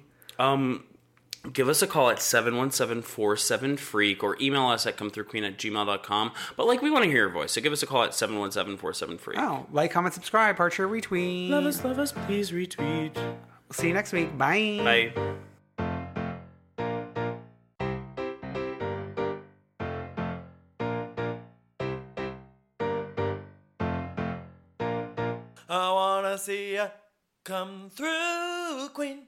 give us a call at 717-47-freak or email us at comethroughqueen at gmail.com but like we want to hear your voice so give us a call at 717-47-freak
Oh, like, comment, subscribe, part, share, retweet.
love us love us please retweet
See you next week.
bye
I wanna see ya come through, Queen.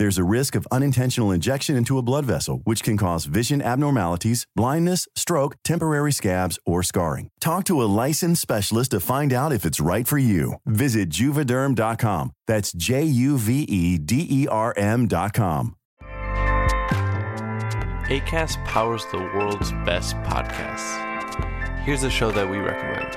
There's a risk of unintentional injection into a blood vessel, which can cause vision abnormalities, blindness, stroke, temporary scabs, or scarring. Talk to a licensed specialist to find out if it's right for you. Visit juvederm.com. That's J U V E D E R M.com.
ACAST powers the world's best podcasts. Here's a show that we recommend.